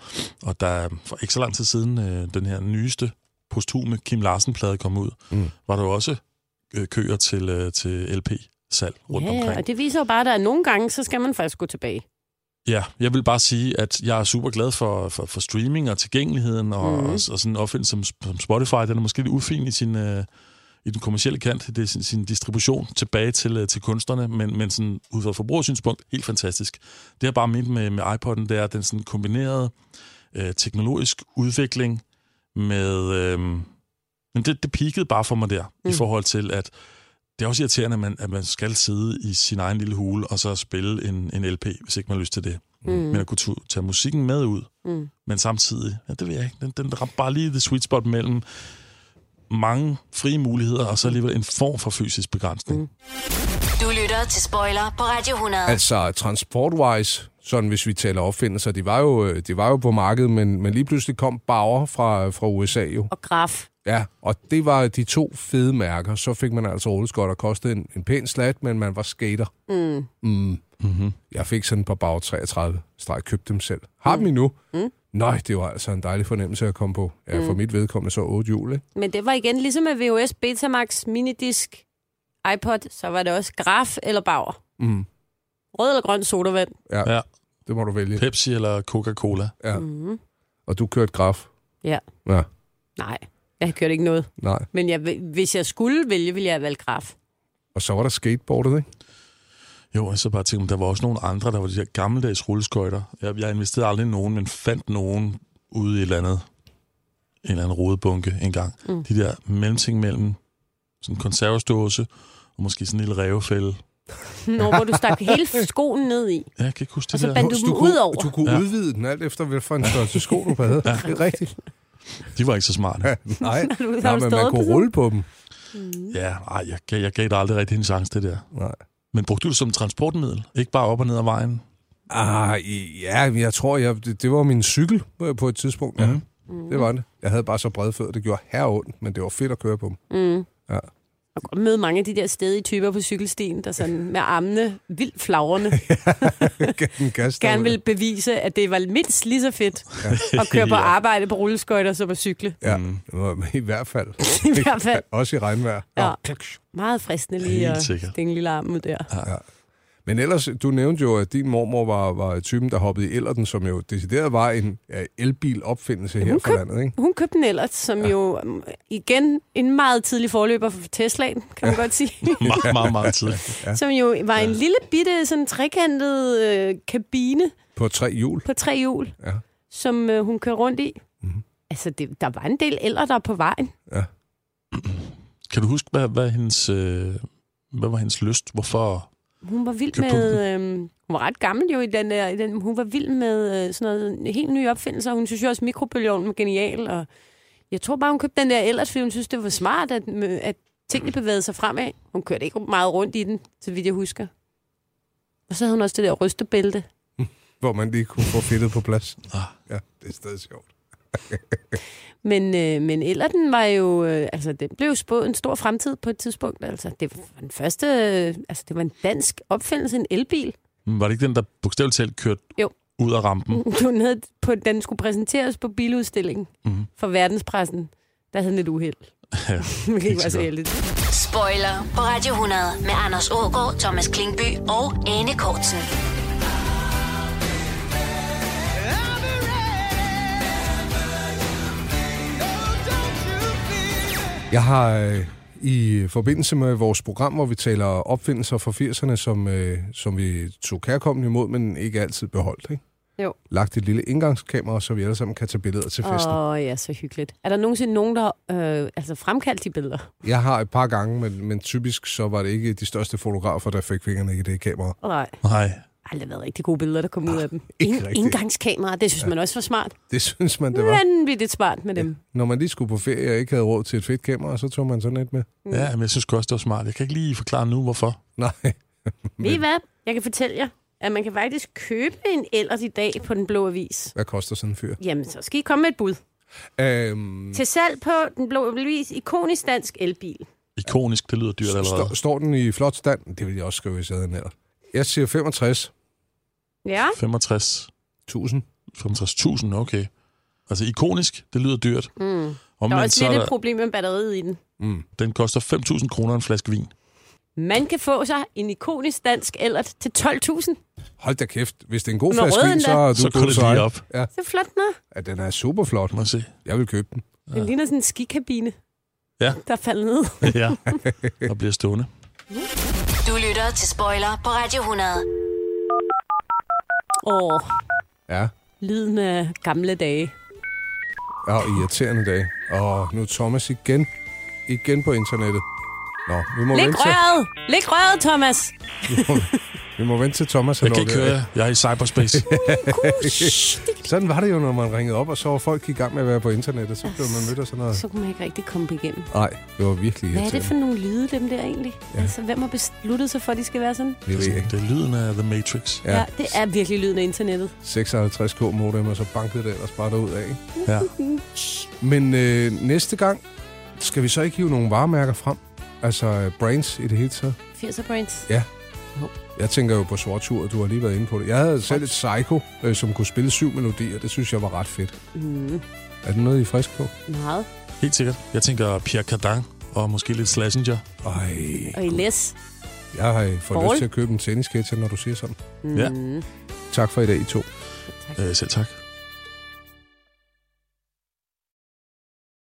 Speaker 4: Og der er for ikke så lang tid siden, øh, den her nyeste posthume Kim Larsen-plade kom ud, mm. var der jo også øh, køer til, øh, til LP-salg rundt
Speaker 3: Ja,
Speaker 4: omkring.
Speaker 3: ja, og det viser jo bare, at der er nogle gange, så skal man faktisk gå tilbage.
Speaker 4: Ja, jeg vil bare sige, at jeg er super glad for, for, for streaming og tilgængeligheden, og, mm. og, og sådan en opfindelse som, som Spotify, den er måske lidt ufin i sin... Øh, i den kommercielle kant, det er sin, sin distribution tilbage til, øh, til kunstnerne, men, men sådan, ud fra et forbrugersynspunkt, helt fantastisk. Det jeg bare mente med, med iPod'en, det er den sådan kombinerede øh, teknologisk udvikling med... Øh, men det, det peakede bare for mig der, mm. i forhold til, at det er også irriterende, at man, at man skal sidde i sin egen lille hule og så spille en, en LP, hvis ikke man har lyst til det.
Speaker 3: Mm.
Speaker 4: Mm. Men at kunne tu- tage musikken med ud,
Speaker 3: Mm.
Speaker 4: men samtidig, ja, det ved jeg ikke, den, den ramte bare lige det sweet spot mellem mange frie muligheder, og så alligevel en form for fysisk begrænsning. Mm.
Speaker 1: Du lytter til Spoiler på Radio 100.
Speaker 2: Altså transportwise, sådan hvis vi taler opfindelser, de var jo, øh, de var jo på markedet, men, men lige pludselig kom Bauer fra, fra USA jo.
Speaker 3: Og Graf.
Speaker 2: Ja, og det var de to fede mærker. Så fik man altså rulleskot og kostede en, en pæn slat, men man var skater.
Speaker 3: Mm.
Speaker 2: Mm. Mm-hmm. Jeg fik sådan et par bag 33 streg, købte dem selv. Har dem endnu? Mm. Nej, det var altså en dejlig fornemmelse at komme på. Ja, for
Speaker 3: Mm.
Speaker 2: mit vedkommende så 8 jul, ikke?
Speaker 3: Men det var igen ligesom med VHS, Betamax, Minidisk, iPod, så var det også Graf eller Bauer.
Speaker 2: Mm.
Speaker 3: Rød eller grøn sodavand.
Speaker 2: Ja. ja. Det må du vælge.
Speaker 4: Pepsi eller Coca-Cola.
Speaker 2: Ja.
Speaker 3: Mm.
Speaker 2: Og du kørte graf.
Speaker 3: Ja.
Speaker 2: Ja,
Speaker 3: Nej, jeg kørte ikke noget.
Speaker 2: nej.
Speaker 3: Men jeg, hvis jeg skulle vælge, ville jeg vælge Graf.
Speaker 2: Og så var der skateboardet, ikke?
Speaker 4: Jo, og så bare tænkte, der var også nogle andre, der var de her gammeldags rulleskøjter. Jeg, jeg investerede aldrig i nogen, men fandt nogen ude i et eller andet, en eller anden rodebunke engang.
Speaker 3: Mm.
Speaker 4: Mm. De der mellemting mellem sådan en konservesdåse og måske sådan en lille revefælde.
Speaker 3: Nå, hvor du stak hele skoen ned i.
Speaker 4: Ja, jeg kan ikke huske det
Speaker 3: Og så
Speaker 4: der.
Speaker 3: bandt du
Speaker 4: Hus,
Speaker 3: dem
Speaker 4: kunne-
Speaker 3: ud over.
Speaker 2: Du kunne ja.
Speaker 4: Ja.
Speaker 2: udvide den alt efter, hvad for en størrelse sko du havde. ja. Det er rigtigt.
Speaker 4: De var ikke så smarte.
Speaker 2: Nej,
Speaker 3: du
Speaker 2: Nej men man
Speaker 3: stået på
Speaker 2: kunne
Speaker 3: sådan-
Speaker 2: rulle på dem.
Speaker 4: Mm. Ja, ej, jeg, gav- jeg gav dig aldrig rigtig en chance, det der.
Speaker 2: Nej.
Speaker 4: Men brugte du det som transportmiddel? Ikke bare op og ned ad vejen?
Speaker 2: Ah, i- ja, jeg tror, jeg, det, det var min cykel øh, på et tidspunkt.
Speaker 4: Mhm.
Speaker 2: Ja. Mm. Det var det. Jeg havde bare så brede fødder, det gjorde herre ondt, men det var fedt at køre på dem.
Speaker 3: Mm.
Speaker 2: Ja.
Speaker 3: Og godt møde mange af de der stedige typer på cykelstien, der sådan med armene vildt flagrende
Speaker 2: Den gas
Speaker 3: gerne ville bevise, at det var mindst lige så fedt
Speaker 2: Ja.
Speaker 3: at køre på
Speaker 2: Ja.
Speaker 3: arbejde på rulleskøjter som at cykle.
Speaker 2: Ja,
Speaker 4: Mm.
Speaker 2: det var i hvert fald.
Speaker 3: I hvert fald.
Speaker 2: Også i regnvejr.
Speaker 3: Ja. Meget fristende lige
Speaker 2: Helt
Speaker 3: at
Speaker 2: sikkert.
Speaker 3: stikke en lille arm ud der.
Speaker 2: Ja. Men ellers, du nævnte jo, at din mormor var, var typen, der hoppede i Ellerten, som jo decideret var en ja, elbilopfindelse her for landet, ikke?
Speaker 3: Hun købte en ellert, som ja. jo øhm, igen en meget tidlig forløber for Teslaen, kan man
Speaker 2: Ja.
Speaker 3: godt sige.
Speaker 4: meget, meget, meget tidligt.
Speaker 2: Ja.
Speaker 3: Som jo var en lille bitte sådan trekantet øh, kabine
Speaker 2: På tre hjul.
Speaker 3: på tre hjul,
Speaker 2: Ja.
Speaker 3: som øh, hun kører rundt i. Mm-hmm. Altså, det, der var en del ældre der er på vejen.
Speaker 4: Kan du huske, hvad, hvad, hendes, øh, hvad var hendes lyst? Hvorfor?
Speaker 3: Hun var vild
Speaker 4: Købte hun
Speaker 3: med... Øh, hun var ret gammel jo i den der... I den, hun var vild med øh, sådan noget helt nye opfindelser. Hun synes jo også, at mikrobølgeovnen var genial. Og jeg tror bare, hun købte den der ellers, fordi hun synes, det var smart, at, øh, at tingene bevægede sig fremad. Hun kørte ikke meget rundt i den, så vidt jeg husker. Og så havde hun også det der rystebælte.
Speaker 2: Hvor man lige kunne få fedtet på plads. Ja, det er stadig sjovt.
Speaker 3: Men, øh, men Ellerten var jo, øh, altså den blev jo spået en stor fremtid på et tidspunkt. Altså det var den første, øh, altså det var en dansk opfindelse, en elbil.
Speaker 4: Mm, Var det ikke den, der bogstaveligt talt kørte
Speaker 3: Jo. Mm.
Speaker 4: ud af rampen?
Speaker 3: Den, hed, på, den skulle præsenteres på biludstillingen
Speaker 4: Mhm.
Speaker 3: mm-hmm. for verdenspressen. Der havde den lidt uheld.
Speaker 4: Ja.
Speaker 3: Det kan
Speaker 4: Ikke
Speaker 3: ikke
Speaker 4: så
Speaker 3: være så
Speaker 4: godt.
Speaker 3: heldigt.
Speaker 1: Spoiler på Radio 100 med Anders Ågaard, Thomas Klingby og Anne Kortsen.
Speaker 2: Jeg har øh, i forbindelse med vores program, hvor vi taler opfindelser fra 80'erne, som, øh, som vi tog kærkommende imod, men ikke altid beholdt, ikke?
Speaker 3: Jo.
Speaker 2: lagt et lille indgangskamera, så vi alle sammen kan tage billeder til festen.
Speaker 3: Åh oh, ja, så hyggeligt. Er der nogensinde nogen, der har øh, altså fremkaldt de billeder?
Speaker 2: Jeg har et par gange, men, men typisk så var det ikke de største fotografer, der fik fingrene i det kamera.
Speaker 3: Oh, nej.
Speaker 4: Nej.
Speaker 3: Aldrig været rigtig gode billeder, der kom ud af dem.
Speaker 2: ikke
Speaker 3: Ind-
Speaker 2: rigtigt.
Speaker 3: Indgangskamera, det synes ja. man også var smart.
Speaker 2: Det synes man, det var.
Speaker 3: Vanvittigt smart med dem.
Speaker 2: Når man lige skulle på ferie og ikke havde råd til et fedt kamera, så tog man sådan et med.
Speaker 3: Mm.
Speaker 4: Ja, men jeg synes godt, det var smart. Jeg kan ikke lige forklare nu, hvorfor.
Speaker 2: Nej.
Speaker 3: Ved I hvad? Jeg kan fortælle jer, at man kan faktisk købe en ellers i dag på Den Blå Avis.
Speaker 2: Hvad koster sådan en fyr?
Speaker 3: Jamen, så skal I komme med et bud.
Speaker 2: Øhm,
Speaker 3: Til salg på Den Blå Avis, ikonisk dansk elbil.
Speaker 4: ikonisk, det lyder dyrt allerede.
Speaker 2: står, står den i flot stand? Det vil jeg også skrive, hvis jeg havde en alder. Jeg siger 65.
Speaker 3: Ja,
Speaker 4: 65.
Speaker 2: 1000.
Speaker 4: 65.000, okay. Altså ikonisk, det lyder dyrt.
Speaker 3: mm.
Speaker 4: Og
Speaker 3: der er også lidt et problem med batteriet i den.
Speaker 2: mm,
Speaker 4: den koster 5.000 kroner en flaske vin.
Speaker 3: Man kan få sig en ikonisk dansk ellert til 12.000.
Speaker 2: Hold da kæft. Hvis det er en god
Speaker 3: Nå,
Speaker 2: flaske
Speaker 3: rød
Speaker 2: vin,
Speaker 3: endda.
Speaker 2: så er du
Speaker 4: Så går det
Speaker 2: bullseye.
Speaker 4: lige op.
Speaker 2: Ja.
Speaker 3: Så flot, den er.
Speaker 2: ja, den er super flot.
Speaker 4: Må jeg se.
Speaker 2: Jeg vil købe den.
Speaker 3: Den ligner sådan en skikabine,
Speaker 4: Ja,
Speaker 3: der falder ned.
Speaker 4: ja. Og bliver stående.
Speaker 1: Du lytter til Spoiler på Radio 100.
Speaker 3: Åh,
Speaker 2: Ja.
Speaker 3: lyden af gamle dage.
Speaker 2: Ja, og irriterende dag. Og nu er Thomas igen. Igen på internettet. Nå, vi må
Speaker 3: Læg
Speaker 2: vente til...
Speaker 3: røret! Læg røret, Thomas!
Speaker 2: Vi må vente til Thomas har
Speaker 4: Jeg kan ikke
Speaker 2: lukket
Speaker 4: høre jer.
Speaker 2: af.
Speaker 4: Jeg er i cyberspace.
Speaker 2: Sådan var det jo, når man ringede op, og så var folk i gang med at være på internettet. Så blev man mødt af sådan noget.
Speaker 3: Så kunne man ikke rigtig komme igennem.
Speaker 2: Nej, det var virkelig
Speaker 3: Hvad er det
Speaker 2: irriterende.
Speaker 3: for nogle lyde, dem der egentlig? Ja. Altså, hvem har besluttet sig for, at de skal være sådan?
Speaker 2: Det ved jeg ikke.
Speaker 4: Det er lyden af The Matrix.
Speaker 3: Ja. ja det er virkelig lyden af internettet.
Speaker 2: 56k modem, og så bankede det ellers bare derud af. Ikke?
Speaker 4: Ja.
Speaker 3: Mm.
Speaker 2: Men øh, næste gang skal vi så ikke hive nogle varemærker frem? Altså øh, brands i det hele taget?
Speaker 3: 80'er brains.
Speaker 2: Ja. Jeg tænker jo på Svartur, du har lige været inde på det. Jeg havde selv et Psycho, øh, som kunne spille syv melodier. Det synes jeg var ret fedt.
Speaker 3: Mm,
Speaker 2: Er det noget, I er frisk på?
Speaker 3: meget.
Speaker 4: Helt sikkert. Jeg tænker Pierre Cardin og måske lidt Slassenger.
Speaker 2: Ej,
Speaker 3: Og Elias.
Speaker 2: jeg har øh, fået
Speaker 3: Paul?
Speaker 2: lyst til at købe en tennisketcher, når du siger sådan.
Speaker 3: Mm.
Speaker 4: Ja.
Speaker 2: Tak for i dag, I to.
Speaker 4: Øh, selv tak.